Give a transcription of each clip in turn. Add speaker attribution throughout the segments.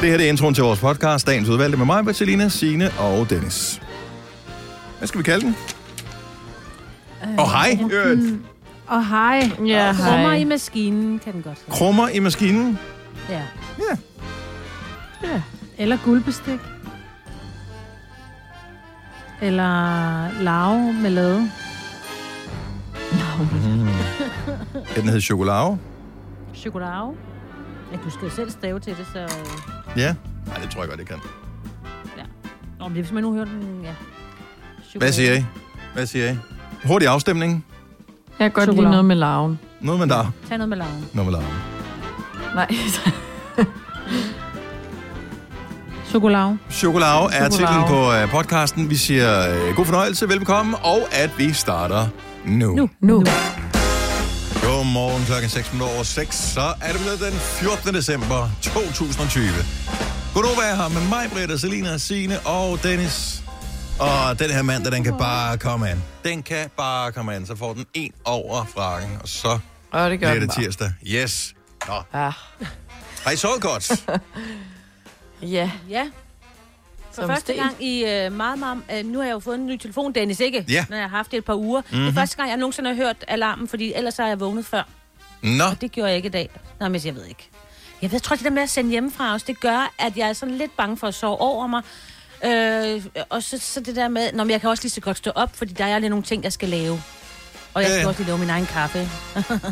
Speaker 1: Det her det er introen til vores podcast, dagens udvalgte med mig, Bertilina, Signe og Dennis. Hvad skal vi kalde den?
Speaker 2: Øh,
Speaker 1: Og oh, hej! Mm.
Speaker 2: Og hej.
Speaker 3: Ja,
Speaker 2: Krummer
Speaker 3: hej.
Speaker 2: i maskinen kan den godt hedde.
Speaker 1: Krummer i maskinen.
Speaker 2: Ja.
Speaker 1: Ja.
Speaker 2: ja. Eller guldbestik. Eller larve med lade.
Speaker 3: Mm.
Speaker 1: Ja, den hed Chokolade.
Speaker 2: Chokolade. Ja, du skal jo selv stave til det, så... øh,
Speaker 1: Ja. Nej, det tror jeg godt, det kan.
Speaker 2: Ja. Nå, men det er, hvis man nu hører den... Ja. Chokolade.
Speaker 1: Hvad siger I? Hvad siger I? Hurtig afstemning.
Speaker 3: Jeg kan godt
Speaker 2: Chokolade.
Speaker 3: lide noget med larven.
Speaker 1: Noget med dig.
Speaker 2: Tag noget med larven.
Speaker 1: Noget med dig.
Speaker 3: Nej.
Speaker 2: Chokolade.
Speaker 1: Chokolade er
Speaker 3: Chokolade.
Speaker 1: titlen på øh, podcasten. Vi siger øh, god fornøjelse, velbekomme, og at vi starter nu. nu.
Speaker 3: nu.
Speaker 1: Godmorgen klokken 6 minutter over 6, så er det blevet den 14. december 2020. Godnova er her med mig, Britta, Selina, Signe og Dennis. Og den her mand, den kan bare komme an. Den kan bare komme an. Så får den en over frakken, og så
Speaker 3: Åh, det gør
Speaker 1: bliver
Speaker 3: den
Speaker 1: det
Speaker 3: bare.
Speaker 1: tirsdag. Yes. Nå,
Speaker 3: Ah.
Speaker 1: har I sovet godt?
Speaker 3: Ja,
Speaker 2: Ja. For
Speaker 3: Som
Speaker 2: første
Speaker 3: stel.
Speaker 2: gang i øh, meget, meget... Øh, nu har jeg jo fået en ny telefon, Dennis, ikke?
Speaker 1: Ja. Mhm.
Speaker 2: Den har jeg haft i et par uger. Mm-hmm. Det er første gang, jeg nogensinde har hørt alarmen, fordi ellers har jeg vågnet før.
Speaker 1: Nå,
Speaker 2: Det gjorde jeg ikke i dag. Nå, men jeg ved ikke. Jeg ved, jeg tror, det der med at sende hjemmefra os, det gør, at jeg er sådan lidt bange for at sove over mig. Øh, og så, så det der med, nå, men jeg kan også lige så godt stå op, fordi der er lige nogle ting, jeg skal lave. Og jeg skal
Speaker 1: Ja.
Speaker 2: øh. også lige lave min egen kaffe.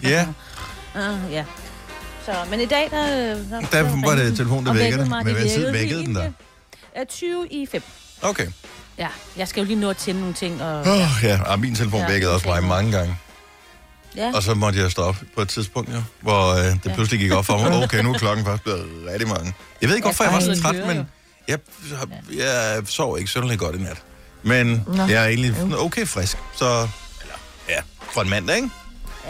Speaker 1: ja.
Speaker 2: Uh, ja. Så, men i dag, der... øh, Der,
Speaker 1: Der var det telefonen, der
Speaker 2: og
Speaker 1: vækkede dig.
Speaker 2: mig.
Speaker 1: Men
Speaker 2: Det
Speaker 1: hvad tid vækkede den
Speaker 2: virkelig.
Speaker 1: der?
Speaker 2: Øh, 20 i 5.
Speaker 1: Okay.
Speaker 2: Ja, jeg skal jo lige nå at tænde nogle ting. Og,
Speaker 1: Oh, ja, og min telefon
Speaker 2: Ja.
Speaker 1: vækkede også mig mange gange.
Speaker 2: ja.
Speaker 1: Og så måtte jeg stå op på et tidspunkt, jo, hvor øh, det pludselig gik op for mig. Okay, nu er klokken faktisk blevet rigtig mange. Jeg ved ikke, hvorfor jeg var så
Speaker 2: den
Speaker 1: træt,
Speaker 2: kører
Speaker 1: men jeg, jeg sov ikke synderligt godt i nat. Men jeg er egentlig sådan okay frisk, så... Eller, ja, for en mandag, ikke?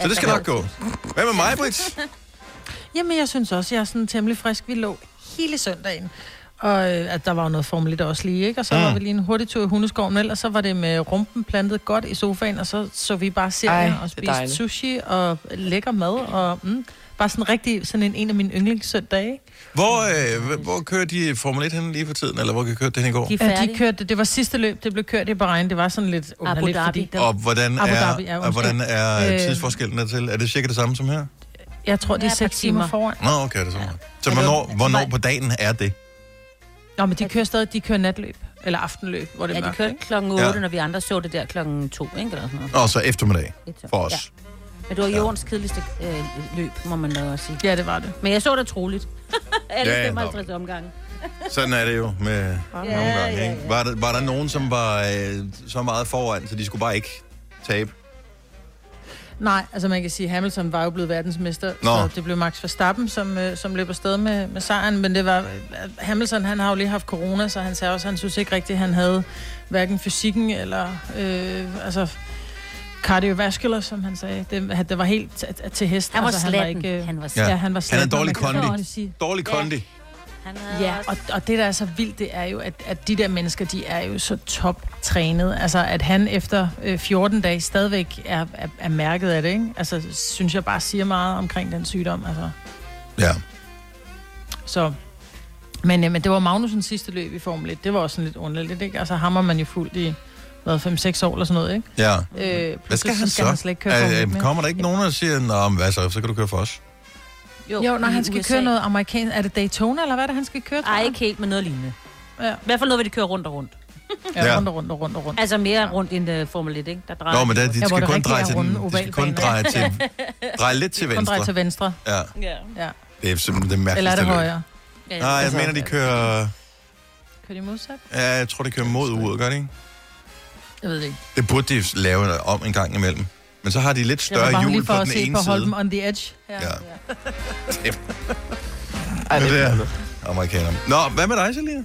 Speaker 1: Så det skal nok gå. Hvad med mig, Britt?
Speaker 4: Jamen, jeg synes også, jeg er sådan temmelig frisk. Vi lå hele søndagen. Og øh, at der var jo noget Formel 1 også lige, ikke? Og så
Speaker 1: Mm.
Speaker 4: mm. var vi lige en hurtig tur i hundeskoven, og ellers så var det med rumpen plantet godt i sofaen, og så så vi bare serien
Speaker 3: Ej, det
Speaker 4: og
Speaker 3: er
Speaker 4: spiste
Speaker 3: dejligt.
Speaker 4: sushi og lækker mad, og mm, bare sådan rigtig sådan en, en af mine yndlingssøndage, ikke?
Speaker 1: Hvor, øh, hvor kører de Formel 1 henne lige for tiden, eller hvor kørte det hen i går?
Speaker 2: De er
Speaker 4: Ja,
Speaker 2: færdige.
Speaker 4: de kørte, det var sidste løb, det blev kørt i Bahrain, det var sådan lidt underligt,
Speaker 2: Dhabi.
Speaker 4: fordi der,
Speaker 1: Og hvordan
Speaker 4: Abu
Speaker 1: er,
Speaker 4: Dhabi, ja,
Speaker 1: og hvordan er
Speaker 4: undskyld. Øh,
Speaker 1: tidsforskellen dertil? Er det cirka det samme som her?
Speaker 4: jeg tror, det er
Speaker 2: Ja, et par
Speaker 4: seks timer
Speaker 2: timer.
Speaker 4: foran.
Speaker 1: Nå, okay, det er sådan. Ja. Så hvornår, hvornår på dagen er det?
Speaker 4: Nå, men de kører stadig, de kører natløb, eller aftenløb, hvor det er
Speaker 2: Ja, de
Speaker 4: mørkt,
Speaker 2: kørte
Speaker 4: ikke?
Speaker 2: klokken 8,
Speaker 1: Ja.
Speaker 2: ja. når vi andre så det der klokken 2, ikke? Eller sådan noget.
Speaker 1: Og så eftermiddag
Speaker 2: Lidt så.
Speaker 1: for os.
Speaker 2: Ja. Men det var jordens kedeligste øh, løb, må man da også sige.
Speaker 4: Ja, det var det.
Speaker 2: Men jeg så det troligt. Alle
Speaker 1: Ja,
Speaker 2: ja,
Speaker 1: nå.
Speaker 2: 55 omgange.
Speaker 1: Sådan er det jo med nogle
Speaker 2: ja,
Speaker 1: gange. Ikke? Var, der, var der nogen, som var øh, så meget foran, så de skulle bare ikke tabe?
Speaker 4: Nej, altså man kan sige, at Hamilton var jo blevet verdensmester,
Speaker 1: Nå.
Speaker 4: Nå. så det blev Max Verstappen, som, øh, som løb afsted med, med sejren, men det var, øh, Hamilton han har jo lige haft corona, så han sagde også, at han synes ikke rigtigt, at han havde hverken fysikken eller øh, altså cardiovascular, som han sagde. Det, at det var helt t- t- til hest.
Speaker 2: Han var
Speaker 4: altså,
Speaker 2: slatten.
Speaker 4: øh,
Speaker 2: Han var
Speaker 1: Ja.
Speaker 4: ja.
Speaker 2: slatten.
Speaker 4: han var
Speaker 1: Han
Speaker 4: slatten.
Speaker 1: er dårlig
Speaker 4: og man kan
Speaker 1: kondi.
Speaker 4: godt sige-
Speaker 1: Dårlig
Speaker 2: Ja.
Speaker 1: kondi.
Speaker 2: Han havde
Speaker 4: Ja,
Speaker 2: også...
Speaker 4: og, og det, der er så vildt, det er jo, at, at de der mennesker, de er jo så toptrænet. Altså, at han efter øh, 14 dage stadigvæk er, er, er mærket af det, ikke? Altså, synes jeg bare siger meget omkring den sygdom, altså.
Speaker 1: Ja.
Speaker 4: Så... Men, øh, men det var Magnusens sidste løb i Formel 1. Det var også sådan lidt underligt, ikke? Altså, hammer man jo fuldt i, hvad, 5-6 år eller sådan noget, ikke?
Speaker 1: ja.
Speaker 4: Øh,
Speaker 1: Hvad skal
Speaker 4: pludselig skal
Speaker 1: han så?
Speaker 4: han slet ikke køre Formel 1
Speaker 1: øh,
Speaker 4: mere.
Speaker 1: kommer der ikke nogen, der siger, Nå, men hvad så, så kan du køre for os?
Speaker 4: Jo, når
Speaker 2: i
Speaker 4: han skal
Speaker 2: USA.
Speaker 4: køre noget amerikansk... Er det Daytona, eller hvad er det, han skal køre? tror
Speaker 2: Ej,
Speaker 4: jeg?
Speaker 2: ikke helt, men noget lignende.
Speaker 4: Ja.
Speaker 2: I hvert fald noget, hvor de kører rundt og rundt.
Speaker 1: Ja.
Speaker 4: ja, rundt og rundt og rundt og rundt.
Speaker 2: Altså mere rundt end uh, Formel 1, ikke? Der drejer
Speaker 1: Nå, men
Speaker 2: de
Speaker 1: der,
Speaker 2: rundt.
Speaker 1: de
Speaker 4: hvor
Speaker 1: skal
Speaker 4: det rigtig
Speaker 1: kun dreje
Speaker 4: er
Speaker 1: til,
Speaker 4: runde
Speaker 1: den- de skal kun
Speaker 4: ovalbaner.
Speaker 1: dreje til, dreje lidt til
Speaker 4: Kun drej
Speaker 1: venstre.
Speaker 4: til venstre.
Speaker 1: Ja,
Speaker 2: Ja.
Speaker 4: Ja.
Speaker 1: det er simpelthen det mærkeligste
Speaker 4: Eller er det
Speaker 1: løb.
Speaker 4: højre? Altså, øh,
Speaker 2: Ja,
Speaker 1: Nej, jeg mener, de kører...
Speaker 4: Kører de modsat?
Speaker 1: Ja, jeg tror, de kører mod uret, gør de ikke?
Speaker 4: Jeg ved det ikke.
Speaker 1: Det burde de lave om en gang imellem. Men så har de lidt
Speaker 4: Det var
Speaker 1: større
Speaker 4: bare
Speaker 1: hjul
Speaker 4: lige
Speaker 1: på
Speaker 4: for at
Speaker 1: den
Speaker 4: se
Speaker 1: ene
Speaker 4: på
Speaker 1: side.
Speaker 4: Holmen on the edge.
Speaker 1: Ja.
Speaker 3: Ej,
Speaker 1: Men
Speaker 3: det
Speaker 1: det
Speaker 3: er
Speaker 1: er amerikaner. Nå, hvad med dig, Selina?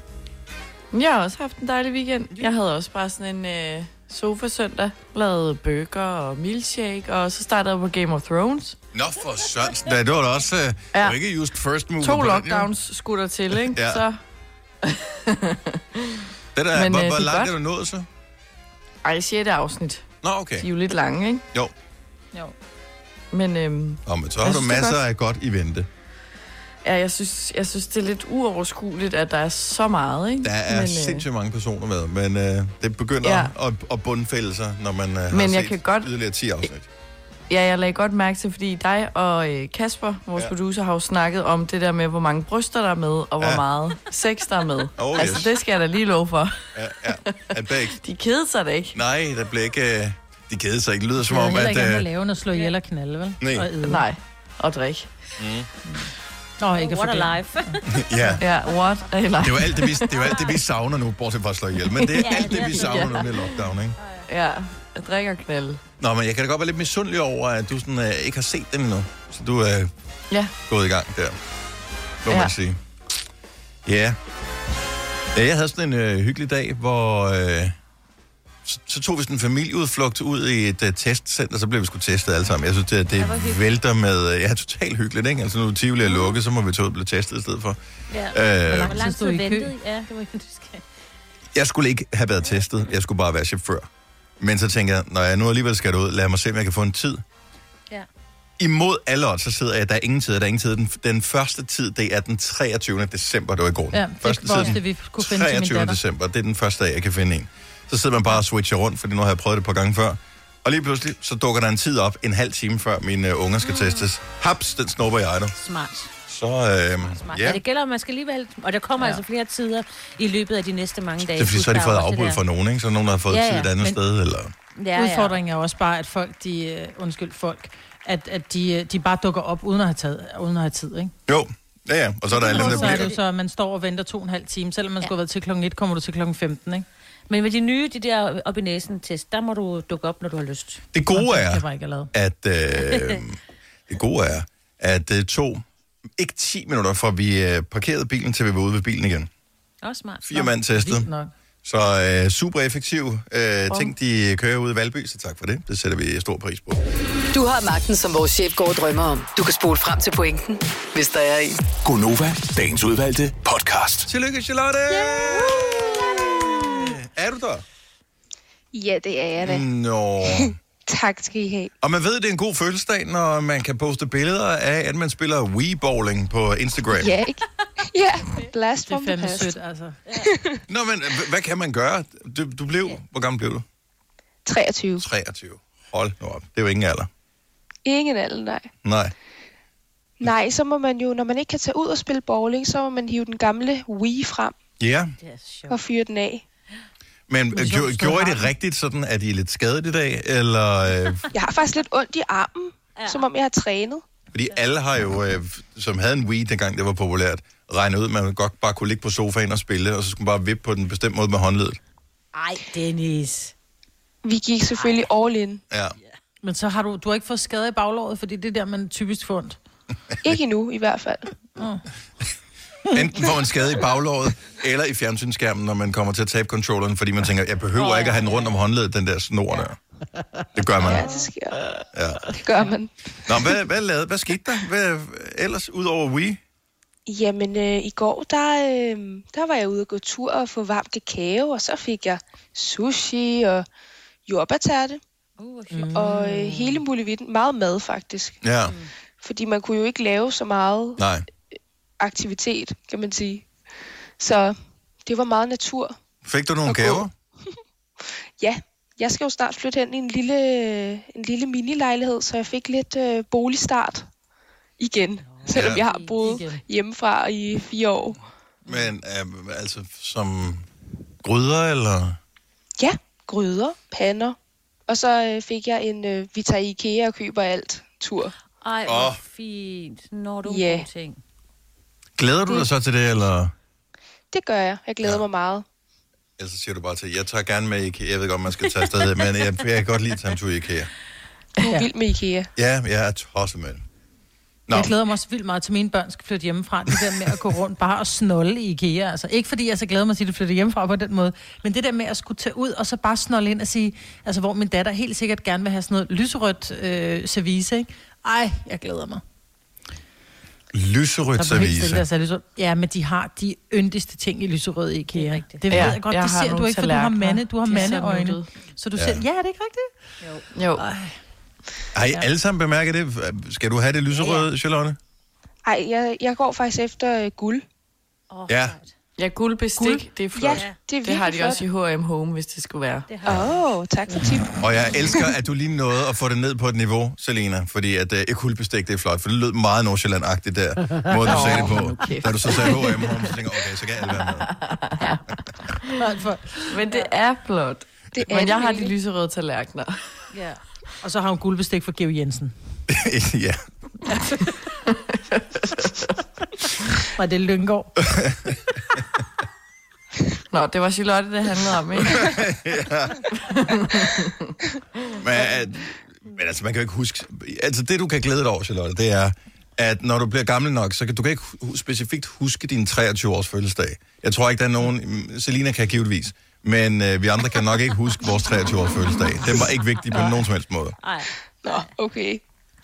Speaker 3: Jeg har også haft en dejlig weekend. Jeg havde også bare sådan en øh, sofa-søndag, lavet burger og milkshake, og så startede jeg på Game of Thrones.
Speaker 1: Nå for sørensen, da, det var da også... Øh, ja.
Speaker 3: Ja.
Speaker 1: ikke just first mover.
Speaker 3: To
Speaker 1: på den, jo.
Speaker 3: lockdowns skulle der til, ikke?
Speaker 1: Ja.
Speaker 3: Så,
Speaker 1: Det der, Men,
Speaker 3: Men,
Speaker 1: hvor,
Speaker 3: øh,
Speaker 1: hvor
Speaker 3: det er
Speaker 1: langt
Speaker 3: godt.
Speaker 1: er du nået så?
Speaker 3: ej, sjette afsnit.
Speaker 1: Nå, okay.
Speaker 3: De er jo lidt lange, ikke?
Speaker 1: Jo.
Speaker 4: Jo.
Speaker 3: Men øhm,
Speaker 1: Nå, men så har
Speaker 3: Jeg
Speaker 1: du
Speaker 3: synes, det er
Speaker 1: masser af godt i vente.
Speaker 3: Ja, jeg synes, jeg synes, det er lidt uoverskueligt, at der er så meget, ikke?
Speaker 1: Der er
Speaker 3: men,
Speaker 1: men,
Speaker 3: øh,
Speaker 1: sindssygt mange personer med, men øh, det begynder ja.
Speaker 3: Ja.
Speaker 1: at, at bundfælde sig, når man øh, har
Speaker 3: Men jeg
Speaker 1: set
Speaker 3: kan godt-
Speaker 1: yderligere 10 afsnit.
Speaker 3: Ja, jeg lagde godt mærke til, fordi dig og øh, Kasper, vores
Speaker 1: Ja.
Speaker 3: ja. producer, har jo snakket om det der med, hvor mange bryster der er med, og hvor
Speaker 1: Ja.
Speaker 3: ja. meget sex der er med.
Speaker 1: Oh,
Speaker 3: altså,
Speaker 1: yes.
Speaker 3: det skal jeg da lige love for.
Speaker 1: Ja, ja. At bag,
Speaker 3: De kedede sig da ikke.
Speaker 1: nej, der blev ikke... Øh, de kede sig ikke. Det lyder som
Speaker 4: Det er
Speaker 1: om,
Speaker 4: heller
Speaker 1: at...
Speaker 4: ikke andet at
Speaker 1: Øh,
Speaker 4: lave, end at slå ihjel og knalde, vel?
Speaker 1: Nej.
Speaker 4: Og æde.
Speaker 3: Nej, og drik.
Speaker 4: Nå, ikke for
Speaker 2: What
Speaker 4: det.
Speaker 2: a life.
Speaker 1: Mm. ja.
Speaker 3: Ja, what? Eller,
Speaker 1: Det er, jo alt det, vi, det er jo alt det, vi savner nu, bortset fra at slå ihjel. Men det er
Speaker 2: Ja,
Speaker 1: alt det,
Speaker 2: det
Speaker 1: vi
Speaker 2: er
Speaker 1: savner
Speaker 3: det.
Speaker 1: nu med lockdown, ikke?
Speaker 3: ja, at drikke og knalde.
Speaker 1: Nå, men jeg kan da godt være lidt misundelig over, at du sådan, øh, ikke har set den endnu. Så du er øh,
Speaker 3: Ja,
Speaker 1: gået i gang der, må ja.
Speaker 3: Ja.
Speaker 1: man sige. Ja. ja. Jeg havde sådan en øh, hyggelig dag, hvor... Øh, så, så tog vi sådan en familieudflugt ud i et uh, testcenter, så blev vi sgu testet alle sammen. Jeg synes, det, det vælter med... Uh, ja, totalt hyggeligt, ikke? Altså, nu er Tivoli er lukket, så må vi tage ud og blive testet i stedet for.
Speaker 2: Ja.
Speaker 1: Øh,
Speaker 2: Hvor lang
Speaker 4: Så stod
Speaker 2: tid
Speaker 4: I i kø.
Speaker 2: ventede I? Ja, det var ikke, du skal.
Speaker 1: jeg skulle ikke have været testet. Jeg skulle bare være chauffør. Men så tænker jeg, når jeg nu alligevel skal derud, lad mig se, om jeg kan få en tid.
Speaker 2: Ja.
Speaker 1: Imod alle odds, så sidder jeg, der er ingen tid, der er ingen tid. Den, den første tid, det er den 23. december, det var i går.
Speaker 4: Ja,
Speaker 1: første
Speaker 4: det var også
Speaker 1: den
Speaker 4: det, vi kunne finde til min
Speaker 1: 23.
Speaker 4: datter.
Speaker 1: december, det er den første dag, jeg kan finde en. Så sidder man bare og switcher rundt, fordi nu har jeg prøvet det et par gange før. Og lige pludselig, så dukker der en tid op, en halv time før mine uh, unger
Speaker 4: Ah.
Speaker 1: skal testes. Haps, den snupper jeg nu.
Speaker 2: Smart.
Speaker 1: Så, øh,
Speaker 2: Smart.
Speaker 1: ja.
Speaker 2: Ja. Det gælder, om man skal alligevel... Og der kommer ja. altså flere tider i løbet af de næste mange dage.
Speaker 1: Det er fordi, så har de
Speaker 2: Plus,
Speaker 1: fået
Speaker 2: der er også
Speaker 1: afbud
Speaker 2: det
Speaker 1: fra nogen, ikke? Så er der nogen, der har fået
Speaker 2: Ja,
Speaker 1: tid
Speaker 2: ja,
Speaker 1: et andet
Speaker 4: men-
Speaker 1: sted, eller...
Speaker 2: der- Ja, ja.
Speaker 4: Udfordringen er jo også bare, at folk, de, øh, undskyld folk, at, at de, øh, de bare dukker op uden at have, taget, uden at have tid, ikke?
Speaker 1: Jo, ja, ja. Og så er der alle dem,
Speaker 4: Og
Speaker 1: der
Speaker 4: så er det
Speaker 1: bliver...
Speaker 4: jo så, at man står og venter to og en halv time. Selvom man
Speaker 2: Ja.
Speaker 4: ja. skulle have været til klokken 1, kommer du til klokken 15, ikke?
Speaker 2: Men med de nye, de der op i næsen test, der må du dukke op, når du har lyst.
Speaker 1: Det gode
Speaker 4: Det
Speaker 1: er,
Speaker 4: kan bare ikke have lavet.
Speaker 1: at... Øh, det gode er, at øh, to... Ikke 10 minutter, fra vi øh, parkerede bilen, til vi var ude ved bilen igen.
Speaker 2: Også smart.
Speaker 1: Fire mand
Speaker 4: Vildt
Speaker 1: testet.
Speaker 4: nok.
Speaker 1: Så øh, super effektiv øh, ting, de kører ud i Valby, så tak for det. Det sætter vi stor pris på.
Speaker 5: Du har magten, som vores chef går og drømmer om. Du kan spole frem til pointen, hvis der er en.
Speaker 6: Gonova, dagens udvalgte podcast.
Speaker 1: Tillykke, Charlotte! Øh, Er du der?
Speaker 7: Ja, det er jeg da. Mm.
Speaker 1: Nå.
Speaker 7: Tak skal I have.
Speaker 1: Og man ved, det er en god fødselsdag, når man kan poste billeder af, at man spiller Wii-bowling på Instagram.
Speaker 7: Ja, ikke? ja, blast
Speaker 4: Det er
Speaker 7: from the
Speaker 4: fandme
Speaker 7: past.
Speaker 4: sødt, altså.
Speaker 1: Nå, men h- hvad kan man gøre? Du, du blev... Hvor gammel blev du?
Speaker 7: 23.
Speaker 1: 23. Hold nu op. Det er jo ingen alder.
Speaker 7: Ingen alder, nej.
Speaker 1: Nej.
Speaker 7: Nej, så må man jo, når man ikke kan tage ud og spille bowling, så må man hive den gamle Wii frem
Speaker 1: Ja,
Speaker 2: Det er sjovt.
Speaker 7: og fyre den af.
Speaker 1: men øh,
Speaker 4: sjovt
Speaker 1: gjo-
Speaker 4: sted
Speaker 1: gjorde I
Speaker 4: har
Speaker 1: det rigtigt sådan, at I er lidt skadet i dag? Eller, øh,
Speaker 7: Jeg har faktisk lidt ondt i armen, ja. som om jeg har trænet.
Speaker 1: fordi alle har jo, øh, som havde en Wii, dengang det var populært, regnet ud, at man godt bare kunne ligge på sofaen og spille, og så skulle man bare vippe på den bestemt måde med håndledet.
Speaker 2: Ej, Dennis.
Speaker 7: Vi gik selvfølgelig all in.
Speaker 1: Ja.
Speaker 4: Men så har du, du har ikke fået skade i baglåret, fordi det er der, man typisk får ondt.
Speaker 7: Ikke endnu, i hvert fald.
Speaker 1: Enten får man skade i baglåret, eller i fjernsynsskærmen, når man kommer til at tabe controlleren, fordi man tænker, jeg behøver ikke at have den rundt om håndledet, den der snor der. Det gør man.
Speaker 7: Ja, det sker.
Speaker 1: Ja.
Speaker 7: Det gør man.
Speaker 1: Nå, hvad, hvad, lavede, hvad skete der hvad, ellers, udover Wii?
Speaker 7: Jamen, øh, i går, der, øh, der var jeg ude og gå tur og få varm kakao, og så fik jeg sushi og jordbærterte. Mm. Og øh, hele muligheden. Meget mad, faktisk.
Speaker 1: Ja,
Speaker 7: Fordi man kunne jo ikke lave så meget
Speaker 1: nej.
Speaker 7: aktivitet, kan man sige. Så det var meget natur.
Speaker 1: Fik du nogle
Speaker 7: Og gå.
Speaker 1: gaver?
Speaker 7: Ja, jeg skal jo snart flytte hen i en lille, øh, en lille minilejlighed, så jeg fik lidt øh, boligstart igen. Selvom
Speaker 1: Ja.
Speaker 7: jeg har boet hjemmefra i fire år.
Speaker 1: Men øh, altså, som gryder, eller?
Speaker 7: Ja, gryder, pander. Og så øh, fik jeg en, øh, vi tager i IKEA og køber alt tur.
Speaker 2: Ej, hvor
Speaker 1: Åh.
Speaker 2: fint. Når du
Speaker 7: Ja.
Speaker 2: yeah. gode ting.
Speaker 1: Glæder du dig så til det, eller?
Speaker 7: Det gør jeg. Jeg glæder ja. mig meget.
Speaker 1: Ellers så siger du bare til, jeg tager gerne med i IKEA. Jeg ved godt, man skal tage afsted, men øh, jeg, jeg kan godt lide at tage en tur i IKEA.
Speaker 7: Du er ja. vild med IKEA.
Speaker 1: Ja, jeg er tosset med det. Nå,
Speaker 4: Jeg glæder mig også vildt meget til, at mine børn skal flytte hjemmefra. Det der med at gå rundt bare og snolle i IKEA. Altså, ikke fordi jeg så glæder mig til, at de flytter hjemmefra på den måde. Men det der med at skulle tage ud og så bare snolle ind og sige... Altså, hvor min datter helt sikkert gerne vil have sådan noget lyserødt øh, service, ikke? Ej, jeg glæder mig.
Speaker 1: lyserødt
Speaker 4: Der blev helt stille, altså.
Speaker 1: service.
Speaker 4: jeg sagde lyserød. Ja, men de har de yndigste ting i lyserød i IKEA.
Speaker 2: Det
Speaker 4: Det,
Speaker 2: er
Speaker 4: er
Speaker 2: rigtigt.
Speaker 4: det ved
Speaker 3: Ja,
Speaker 4: jeg godt,
Speaker 3: jeg
Speaker 4: det
Speaker 3: har
Speaker 4: ser du
Speaker 3: nogle
Speaker 4: ikke, for du har
Speaker 3: tallerkener.
Speaker 4: mande, du har
Speaker 3: De er så
Speaker 4: mandeøjne.
Speaker 3: nuttede.
Speaker 4: Så du
Speaker 1: Ja.
Speaker 4: ja. selv, ja, er det ikke rigtigt?
Speaker 3: jo.
Speaker 1: Har I alle sammen bemærket det? Skal du have det lyserøde, Charlotte?
Speaker 7: Ej, jeg, jeg går faktisk efter øh, guld.
Speaker 2: Oh,
Speaker 1: Ja.
Speaker 3: Ja, guldbestik, guld. det er flot. Ja,
Speaker 7: det er
Speaker 3: det har de
Speaker 7: virkelig
Speaker 3: også i H&M Home, hvis det skulle være.
Speaker 2: Det har jeg.
Speaker 7: Åh, oh, tak for tip.
Speaker 1: Og jeg elsker, at du lige nåede at få det ned på et niveau, Selina, fordi at øh, guldbestik, det er flot, for det lød meget Nordsjælland-agtigt der, måden du sagde det på. Da du så sagde H&M, home, så tænker jeg, okay, så kan alle være med.
Speaker 4: Nej, for,
Speaker 3: Men det er flot.
Speaker 7: Det er
Speaker 3: Men jeg har de
Speaker 7: virkelig.
Speaker 3: lyserøde tallerkener.
Speaker 2: Ja.
Speaker 4: og så har hun guldbestik fra Georg Jensen.
Speaker 1: ja.
Speaker 4: Var det Lyngård?
Speaker 3: Nå, det var Charlotte, det handlede om, ikke?
Speaker 1: Men, at, men altså, man kan jo ikke huske... Altså, det du kan glæde dig over, Charlotte, det er, at når du bliver gammel nok, så kan du kan ikke hu- specifikt huske din 23-års fødselsdag. Jeg tror ikke, der er nogen... mm, Selina kan givetvis, men øh, vi andre kan nok ikke huske vores 23-års fødselsdag. Den var ikke vigtig på nogen som helst måde.
Speaker 2: Ej.
Speaker 7: Nå, okay.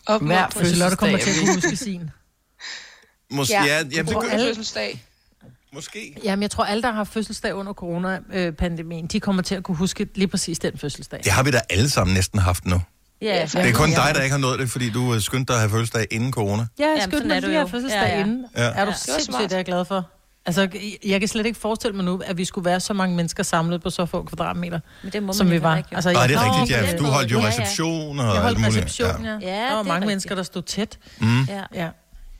Speaker 7: Op
Speaker 3: Hver
Speaker 4: Og Charlotte kommer til at
Speaker 3: fødselsdag.
Speaker 4: kunne huske sin.
Speaker 1: Mås-
Speaker 7: Ja.
Speaker 1: ja. ja, jamen, det,
Speaker 7: På
Speaker 1: gør-
Speaker 7: fødselsdag.
Speaker 1: måske.
Speaker 4: Jamen, jeg tror, alle, der har fødselsdag under coronapandemien, de kommer til at kunne huske lige præcis den fødselsdag.
Speaker 1: Det har vi da alle sammen næsten haft nu.
Speaker 2: Ja,
Speaker 1: Det er kun dig, der ikke har nået det, fordi du øh, skyndte dig at have fødselsdag inden corona.
Speaker 4: Ja, jeg
Speaker 2: Jamen,
Speaker 4: skønt,
Speaker 2: sådan er
Speaker 4: når
Speaker 2: du
Speaker 4: vi har
Speaker 2: jo.
Speaker 4: fødselsdag
Speaker 2: Ja,
Speaker 4: ja,
Speaker 2: ja.
Speaker 4: ja. inden.
Speaker 1: Ja.
Speaker 4: Er du
Speaker 2: Ja.
Speaker 4: sindssygt,
Speaker 7: smart.
Speaker 4: det er jeg glad for. Altså, jeg- jeg kan slet ikke forestille mig nu, at vi skulle være så mange mennesker samlet på så få kvadratmeter,
Speaker 2: men det må man
Speaker 4: som vi
Speaker 2: heller
Speaker 4: var.
Speaker 2: ikke, jo.
Speaker 4: Altså,
Speaker 1: Nej,
Speaker 4: jeg-
Speaker 1: det er
Speaker 4: Nå,
Speaker 1: rigtigt,
Speaker 4: på
Speaker 1: ja.
Speaker 4: den
Speaker 1: Du
Speaker 4: måde.
Speaker 1: holdt jo
Speaker 2: Ja, ja.
Speaker 1: reception og
Speaker 4: Jeg
Speaker 1: alt
Speaker 4: holdt
Speaker 1: muligt. Mm.
Speaker 4: reception, ja. ja.
Speaker 2: Ja,
Speaker 4: Der var
Speaker 2: det er
Speaker 4: mange
Speaker 2: rigtigt.
Speaker 4: mennesker, der stod tæt.
Speaker 2: ja.
Speaker 4: Ja.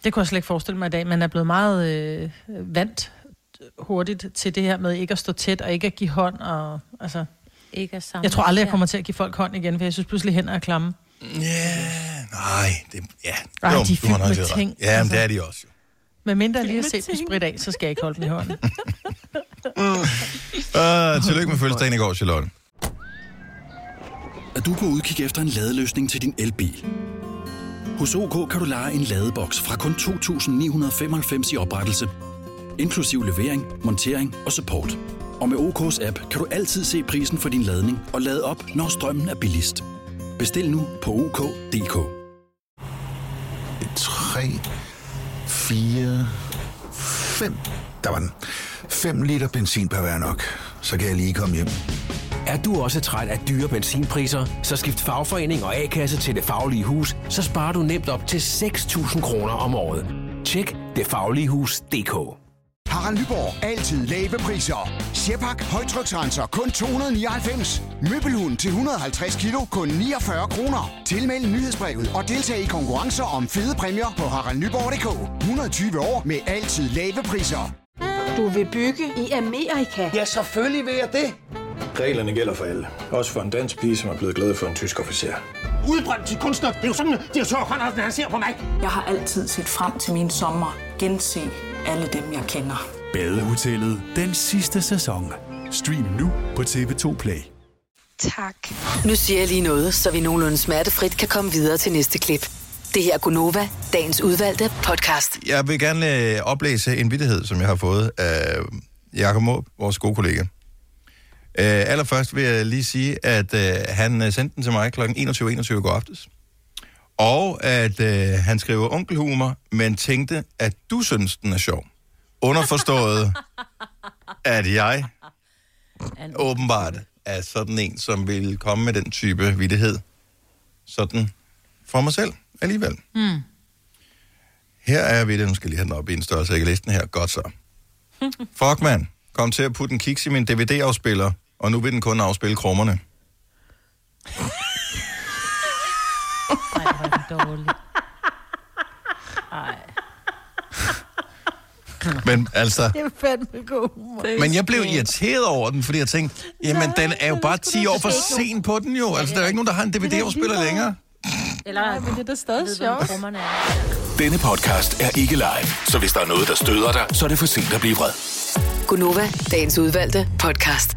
Speaker 4: Det kunne jeg slet ikke forestille mig i dag. Man er blevet meget øh, vant hurtigt til det her med ikke at stå tæt og ikke at give hånd. Og, altså,
Speaker 2: Ikke at samle.
Speaker 4: jeg tror aldrig, jeg kommer til at give folk hånd igen, for jeg synes pludselig hænder er klamme.
Speaker 1: Ja, nej. Det, ja.
Speaker 4: Ej, de er
Speaker 1: du har
Speaker 4: fyldt
Speaker 1: nok
Speaker 4: med
Speaker 1: ret.
Speaker 4: ting,
Speaker 1: Ja, men
Speaker 4: altså.
Speaker 1: det er de også. jo.
Speaker 4: Men mindre jeg lige har set på sprit af, så skal jeg ikke holde den i hånden.
Speaker 1: Uh, tillykke med fødselsdagen i går, Charlotte.
Speaker 6: Er du på udkig efter en ladeløsning til din elbil? Hos OK kan du lege en ladeboks fra kun 2.995 i oprettelse, inklusiv levering, montering og support. Og med OK's app kan du altid se prisen for din ladning og lade op, når strømmen er billigst. Bestil nu på OK.dk.
Speaker 8: 3, 4, 5. Der var den. 5 liter benzin per hver nok. Så kan jeg lige komme hjem.
Speaker 9: Er du også træt af dyre benzinpriser, så skift fagforening og A-kasse til Det Faglige Hus, så sparer du nemt op til 6.000 kroner om året. Tjek detfagligehus.dk
Speaker 8: Harald Nyborg. Altid lave priser. Sjehpak. Højtryksrenser. Kun 299. Møbelhund til 150 kilo. Kun 49 kroner. Tilmeld nyhedsbrevet og deltag i konkurrencer om fede præmier på haraldnyborg.dk. 120 år med altid lave priser.
Speaker 10: Du vil bygge i Amerika?
Speaker 8: Ja, selvfølgelig vil jeg det.
Speaker 11: Reglerne gælder for alle. Også for en dansk pige, som er blevet glad for en tysk officer.
Speaker 8: Udbrøndt til kunstner. Det er jo sådan, at de har han ser på mig.
Speaker 10: Jeg har altid set frem til min sommer. Gense alle dem, jeg kender.
Speaker 6: Badehotellet den sidste sæson. Stream nu på TV2 Play.
Speaker 7: Tak.
Speaker 5: Nu siger jeg lige noget, så vi nogenlunde smertefrit kan komme videre til næste klip. Det her er Gunova, dagens udvalgte podcast.
Speaker 1: Jeg vil gerne øh, oplæse en vittighed, som jeg har fået af Jakob Måb, vores gode kollega. Øh, allerførst vil jeg lige sige, at øh, han øh, sendte den til mig kl. 21.21 i går aftes. Og at øh, han skriver onkelhumor, men tænkte, at du synes, den er sjov. Underforstået, at jeg åbenbart er sådan en, som vil komme med den type vittighed. Sådan for mig selv alligevel. Her er vi det. Nu skal jeg lige have den op i en størrelse. Jeg kan læse den her. Godt så. Fuck, mand. Kom til at putte en kiks i min DVD-afspiller, og nu vil den kun afspille krummerne.
Speaker 2: Nej, hvor er det dårligt.
Speaker 1: Men altså...
Speaker 4: Det er fandme god humor.
Speaker 1: Men jeg blev irriteret over den, fordi jeg tænkte, jamen, den er jo bare 10 år for sen på den jo. Altså, der er jo ikke nogen, der har en DVD-afspiller længere.
Speaker 2: Eller, Nej, men det er da stadig sjovt. Rummerne er.
Speaker 6: Denne podcast er ikke live, så hvis der er noget, der støder dig, så er det for sent at blive vred.
Speaker 5: Gunova, dagens udvalgte podcast.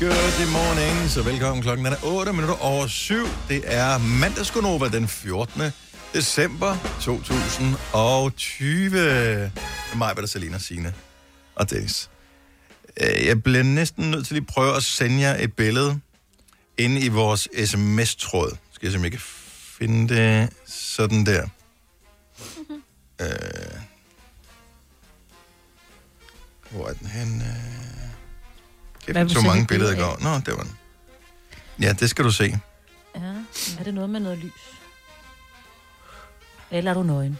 Speaker 1: Good morning, så velkommen. Klokken er 8 minutter over 7. Det er mandagskonova den 14. december 2020. Med mig, hvad der Selina, Signe og Dennis. Øh, Jeg bliver næsten nødt til lige at prøve at sende jer et billede inde i vores sms-tråd. Skal jeg se, om jeg kan finde det sådan der. Øh. Hvor er den henne? Kæft,
Speaker 4: Hvad
Speaker 1: jeg
Speaker 4: vil
Speaker 1: så
Speaker 4: du
Speaker 1: mange
Speaker 4: sætte et
Speaker 1: billeder i
Speaker 4: billede
Speaker 1: går. Nå, det var den. Ja, det skal du se.
Speaker 2: Ja. Er det noget med noget lys? Eller er du nøgen?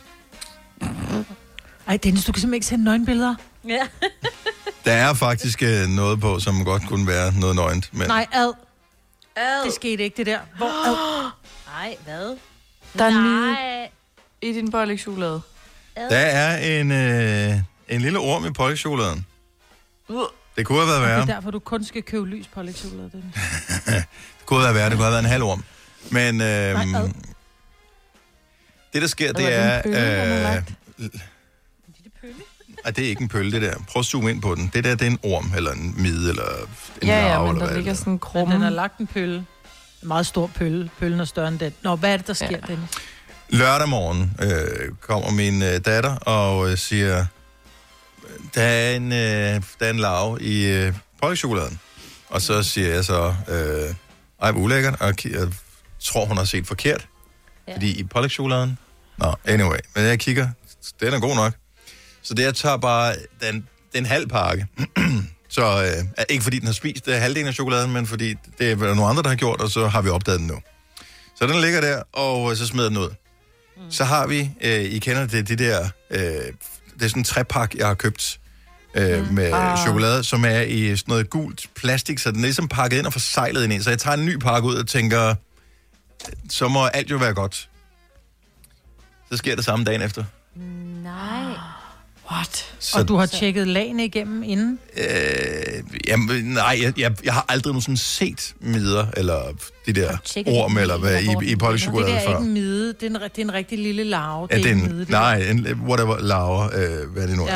Speaker 4: Ej, Dennis, du kan simpelthen ikke sende nøgenbilleder.
Speaker 2: Ja.
Speaker 1: Der er faktisk øh, noget på, som godt kunne være noget nøgent. Men...
Speaker 4: Nej, ad. ad. Det skete ikke, det der. Hvor ad?
Speaker 2: Nej, hvad?
Speaker 3: Der er Nej. i din bollekchokolade.
Speaker 1: Der er en, øh, en lille orm i pålægtschokoladen. Det kunne have været værre.
Speaker 4: Det er derfor, du kun skal købe lys på Dennis.
Speaker 1: Det kunne have været værre. Det kunne have været en halv orm. Men øh,
Speaker 4: ad.
Speaker 1: det, der sker, det
Speaker 4: Eller den
Speaker 1: er...
Speaker 4: bølle, han har
Speaker 1: Øh, Ej, det er ikke en pølle, det der. Prøv at zoome ind på den. Det der, det er en orm, eller en mide, eller en
Speaker 4: Ja, ja,
Speaker 1: larve,
Speaker 4: men
Speaker 1: eller
Speaker 4: der
Speaker 1: hvad det
Speaker 4: ligger
Speaker 1: er.
Speaker 4: sådan en krumme. Men den har lagt en pølle. En meget stor pølle. Pøllen er større end den. Nå, hvad er det, der sker, ja. Dennis?
Speaker 1: Lørdag morgen øh, kommer min øh, datter og øh, siger, der er en, øh, der er en lav i øh, pålægtschokoladen. Og så siger jeg så, øh, ej, hvor ulækkert, og ki- jeg tror, hun har set forkert. Ja. Fordi i pålægtschokoladen... Nå, anyway. Men jeg kigger, den er god nok. Så det, jeg tager bare den, den halv pakke. så øh, er- ikke fordi den har spist øh, halvdelen af chokoladen, men fordi det er nogle andre, der har gjort, og så har vi opdaget den nu. Så den ligger der, og øh, så smider den ud. Mm. Så har vi, øh, I kender det, det der, øh, det er sådan en træpak, jeg har købt øh, med
Speaker 12: Ah.
Speaker 1: ah. chokolade, som er i sådan noget gult plastik, så den er ligesom pakket ind og forseglet ind i. Så jeg tager en ny pakke ud og tænker, øh, så må alt jo være godt. Så sker det samme dagen efter.
Speaker 2: Nej.
Speaker 3: What?
Speaker 1: Så-
Speaker 4: Og du har tjekket lagene igennem inden?
Speaker 1: Øh, jamen, nej, jeg, jeg, jeg har aldrig nogensinde set midder, eller de der
Speaker 4: tjekket
Speaker 1: orm,
Speaker 4: det,
Speaker 1: eller hvad,
Speaker 4: eller hvor
Speaker 1: i, i
Speaker 4: den det
Speaker 1: pollechokolade
Speaker 4: der er
Speaker 1: før.
Speaker 4: ikke en mide. Det er en, ri- det er en rigtig lille larve.
Speaker 1: Ja, det er
Speaker 4: ikke
Speaker 1: en,
Speaker 4: det der.
Speaker 1: nej, en, whatever, laver, øh, hvad det nu er.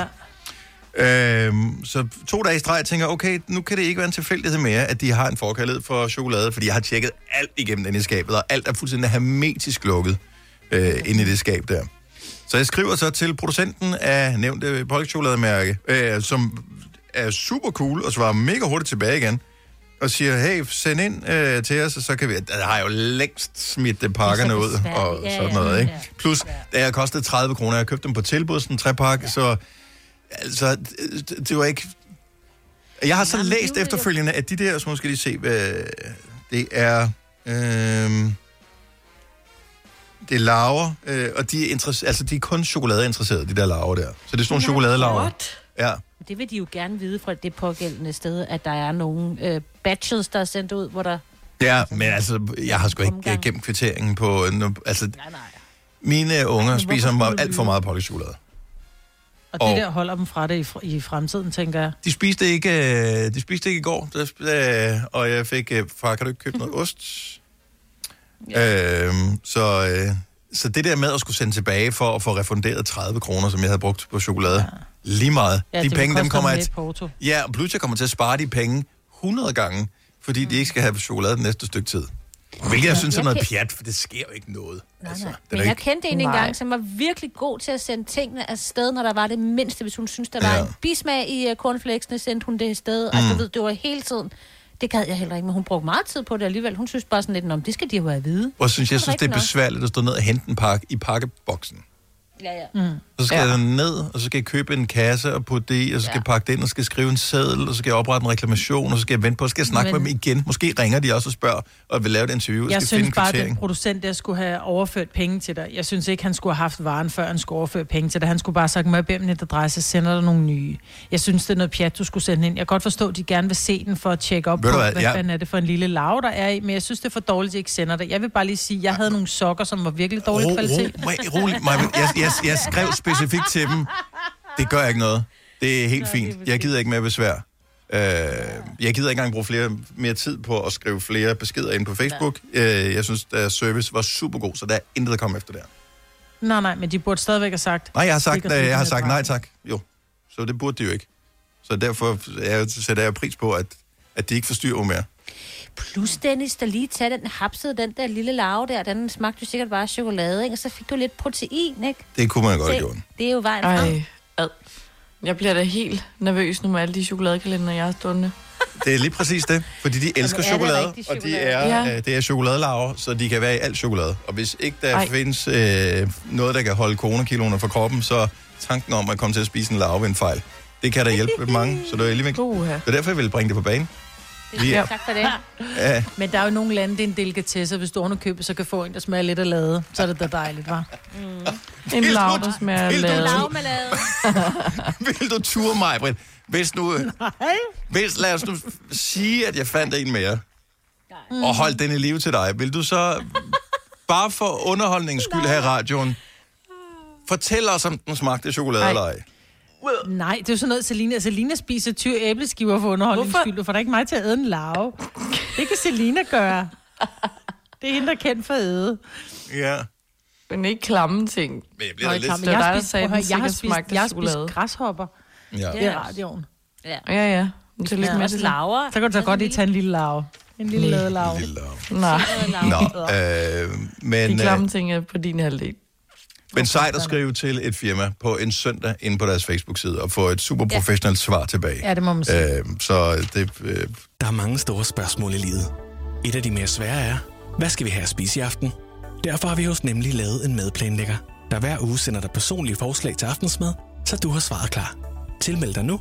Speaker 4: Ja.
Speaker 1: Øhm, så to dage i streg tænker, okay, nu kan det ikke være en tilfældighed mere, at de har en forkærlighed for chokolade, fordi jeg har tjekket alt igennem den i skabet, og alt er fuldstændig hermetisk lukket øh, inde i det skab der. Så jeg skriver så til producenten af nævnte polkchokolademærke, øh, som er super cool og svarer mega hurtigt tilbage igen, og siger, hey, send ind øh, til os, og så kan vi... Der har jeg jo længst smidt øh, pakkerne
Speaker 12: Det er så
Speaker 1: ud
Speaker 12: besværligt.
Speaker 1: og
Speaker 12: Ja,
Speaker 1: sådan
Speaker 12: ja,
Speaker 1: noget, ikke?
Speaker 12: ja.
Speaker 1: Plus, det har kostet 30 kroner. Jeg købte dem på tilbud, sådan en trepakke, så... Altså, det, det var ikke... Jeg har så
Speaker 12: Jamen, det
Speaker 1: læst
Speaker 12: var jo-
Speaker 1: efterfølgende, at de der, så måske lige se, hvad det er... Øh, det er laver, øh, og de er, interess- altså, de er kun chokoladeinteresserede, de der laver der. Så det er sådan nogle
Speaker 2: Nej,
Speaker 1: chokoladelaver.
Speaker 2: what?
Speaker 1: Ja.
Speaker 2: Det vil de jo gerne vide fra det pågældende sted, at der er nogle øh, batches, der er sendt ud, hvor der...
Speaker 1: Ja, men altså, jeg har sgu ikke øh, gemt kvitteringen på... øh, nu- Altså, mine øh, unger spiser
Speaker 4: skulle
Speaker 1: meget,
Speaker 4: du
Speaker 1: alt for meget pålægtschokolade.
Speaker 4: Og
Speaker 1: Og-
Speaker 4: det der holder dem fra det i, fr- i fremtiden, tænker jeg.
Speaker 1: De spiste ikke, øh, de spiste ikke i går, der, sp- øh, og jeg fik, øh, far, kan du ikke købe noget ost? Øhm, så, øh, så det der med at skulle sende tilbage for at få refunderet 30 kroner, som jeg havde brugt på chokolade, ja. lige meget.
Speaker 4: Ja,
Speaker 1: de
Speaker 4: det
Speaker 1: penge,
Speaker 4: koster
Speaker 1: dem kommer
Speaker 4: dem
Speaker 1: jeg...
Speaker 4: lidt porto.
Speaker 1: Ja, og pludselig kommer jeg til at spare de penge 100 gange, fordi mm. de ikke skal have chokolade det næste stykke tid. Hvilket jeg
Speaker 2: Ja,
Speaker 1: synes er
Speaker 2: jeg
Speaker 1: noget
Speaker 2: kan-
Speaker 1: pjat, for det sker jo ikke noget.
Speaker 2: Nej, nej.
Speaker 1: Altså, er
Speaker 2: Men
Speaker 1: ikke-
Speaker 2: jeg kendte en
Speaker 1: Nej.
Speaker 2: engang, som var virkelig god til at sende tingene afsted, når der var det mindste. Hvis hun syntes, der var
Speaker 1: Ja.
Speaker 2: en bismag i uh, cornflakesene, sendte hun det afsted. Og du
Speaker 1: Mm.
Speaker 2: ved, det var hele tiden. Det gad jeg heller ikke, men hun brugte meget tid på det alligevel. Hun synes bare sådan lidt, om det skal de jo have at vide.
Speaker 1: Og synes, jeg synes, det
Speaker 2: rigtigt
Speaker 1: er
Speaker 2: nok.
Speaker 1: besværligt at stå ned og hente en pakke i pakkeboksen.
Speaker 2: Ja, ja. Mm.
Speaker 1: Så skal ja. jeg ned, og så skal jeg købe en kasse og putte det i, og så skal jeg pakke det ind, og så skal jeg skrive en seddel, og så skal jeg oprette en reklamation, og så skal jeg vente på, og så skal jeg snakke
Speaker 4: Men-
Speaker 1: med dem igen. Måske ringer de også og spørger, og vil lave et interview, og
Speaker 4: Jeg
Speaker 1: skal finde
Speaker 4: synes
Speaker 1: en
Speaker 4: bare, at den
Speaker 1: kvittering.
Speaker 4: producent der skulle have overført penge til dig. Jeg synes ikke, han skulle have haft varen, før han skulle overføre penge til dig. Han skulle bare have sagt, må jeg bede om et adresse, sender dig nogle nye. Jeg synes, det er noget pjat, du skulle sende ind. Jeg kan godt forstå, at de gerne vil se den for at tjekke op
Speaker 1: Ved
Speaker 4: på,
Speaker 1: du hvad,
Speaker 4: hvad, hvad
Speaker 1: jeg-
Speaker 4: fanden er det for en lille lav, der er i. Men jeg synes, det er for dårligt, at de ikke sender det. Jeg vil bare lige sige, at jeg havde nogle sokker, som var virkelig dårlig
Speaker 1: Ro-
Speaker 4: kvalitet.
Speaker 1: ro- Maja, Rolig, Maja. jeg, jeg, jeg skrev specifikt til dem, det gør ikke noget. Det er helt fint. Jeg gider ikke mere besvær. Øh, jeg gider ikke engang bruge flere, mere tid på at skrive flere beskeder ind på Facebook. Øh, jeg synes, deres service var super god, så der er intet at komme efter der.
Speaker 4: Nej, nej, men de burde stadigvæk have sagt...
Speaker 1: Nej, jeg har sagt, øh,
Speaker 4: "Stik os lige
Speaker 1: jeg har
Speaker 4: den
Speaker 1: sagt
Speaker 4: adresse."
Speaker 1: nej tak. Jo, så det burde de jo ikke. Så derfor er jeg, sætter jeg pris på, at, at de ikke forstyrrer mig mere.
Speaker 2: Plus Dennis, der lige tager den hapsede, den der lille larve der, den smagte jo sikkert bare af chokolade, ikke? Og så fik du lidt protein, ikke?
Speaker 1: Det kunne man godt have
Speaker 2: Se,
Speaker 1: gjort.
Speaker 2: Det er jo vejen frem.
Speaker 3: Ej, ad. Jeg bliver da helt nervøs nu med alle de chokoladekalender, jeg har stående.
Speaker 1: Det er lige præcis det, fordi de elsker
Speaker 3: er det
Speaker 1: chokolade,
Speaker 3: rigtig
Speaker 1: og de
Speaker 3: chokolade?
Speaker 1: er,
Speaker 3: Ja.
Speaker 1: ja. øh, det er chokoladelaver, så de kan være i alt chokolade. Og hvis ikke der
Speaker 3: Ej.
Speaker 1: Ej. findes øh, noget, der kan holde coronakiloene fra kroppen, så tanken om at komme til at spise en larve er en fejl. Det kan da hjælpe mange, så det er alligevel...
Speaker 3: Det
Speaker 1: er derfor, jeg vil bringe det på banen.
Speaker 2: Det er
Speaker 1: Vi-
Speaker 2: Tak for det.
Speaker 1: Ja.
Speaker 4: Men der er jo nogle lande, det er en delikatesse, og hvis du købet, så kan få en, der smager lidt af lade. Så er det da dejligt, var. Mm.
Speaker 3: En lav, der smager af lade.
Speaker 2: med lade.
Speaker 1: Vil du ture mig, Britt? Hvis nu... øh, Hvis, lad os nu sige, at jeg fandt en mere. Og holdt den i live til dig. Vil du så, bare for underholdningens skyld her i radioen, fortæl os, om den smagte chokolade eller ej?
Speaker 4: Nej, det er jo sådan noget, Selina. altså, Selina spiser 20 æbleskiver for underholdningens skyld. Du får da ikke mig til at æde en larve. Det kan Selina gøre. Det er hende, der er kendt for at æde.
Speaker 1: Ja.
Speaker 3: Men ikke klamme ting.
Speaker 1: Men jeg
Speaker 3: bliver da lidt-
Speaker 4: Nå, men
Speaker 3: Det var
Speaker 4: jeg,
Speaker 3: dig,
Speaker 4: har
Speaker 3: der
Speaker 4: spist,
Speaker 3: sagde,
Speaker 4: prøv at høre,
Speaker 3: den
Speaker 4: jeg har
Speaker 3: sikkert
Speaker 4: spist,
Speaker 3: smagte af
Speaker 4: jeg har spist
Speaker 3: chokolade.
Speaker 4: græshopper.
Speaker 1: Ja.
Speaker 4: Det er radioen.
Speaker 2: Ja.
Speaker 3: Ja, ja. Men Det er lidt
Speaker 4: Ja,
Speaker 3: mere
Speaker 4: også
Speaker 3: det.
Speaker 2: Laura.
Speaker 4: Så kan du da godt lige tage en lille larve. En lille lade larve.
Speaker 3: Nej,
Speaker 1: Nå, øh, men...
Speaker 3: de
Speaker 1: øh,
Speaker 3: klamme ting er på din halvdel.
Speaker 1: Men sejt at skrive til et firma på en søndag inde på deres Facebook-side og få et super professionelt svar tilbage.
Speaker 4: Ja, det må man sige.
Speaker 1: Øh, så det... Øh,
Speaker 12: Der er mange store spørgsmål i livet. Et af de mere svære er, hvad skal vi have at spise i aften? Derfor har vi hos Nemlig lavet en madplanlægger, der hver uge sender dig personlige forslag til aftensmad, så du har svaret klar. Tilmeld dig nu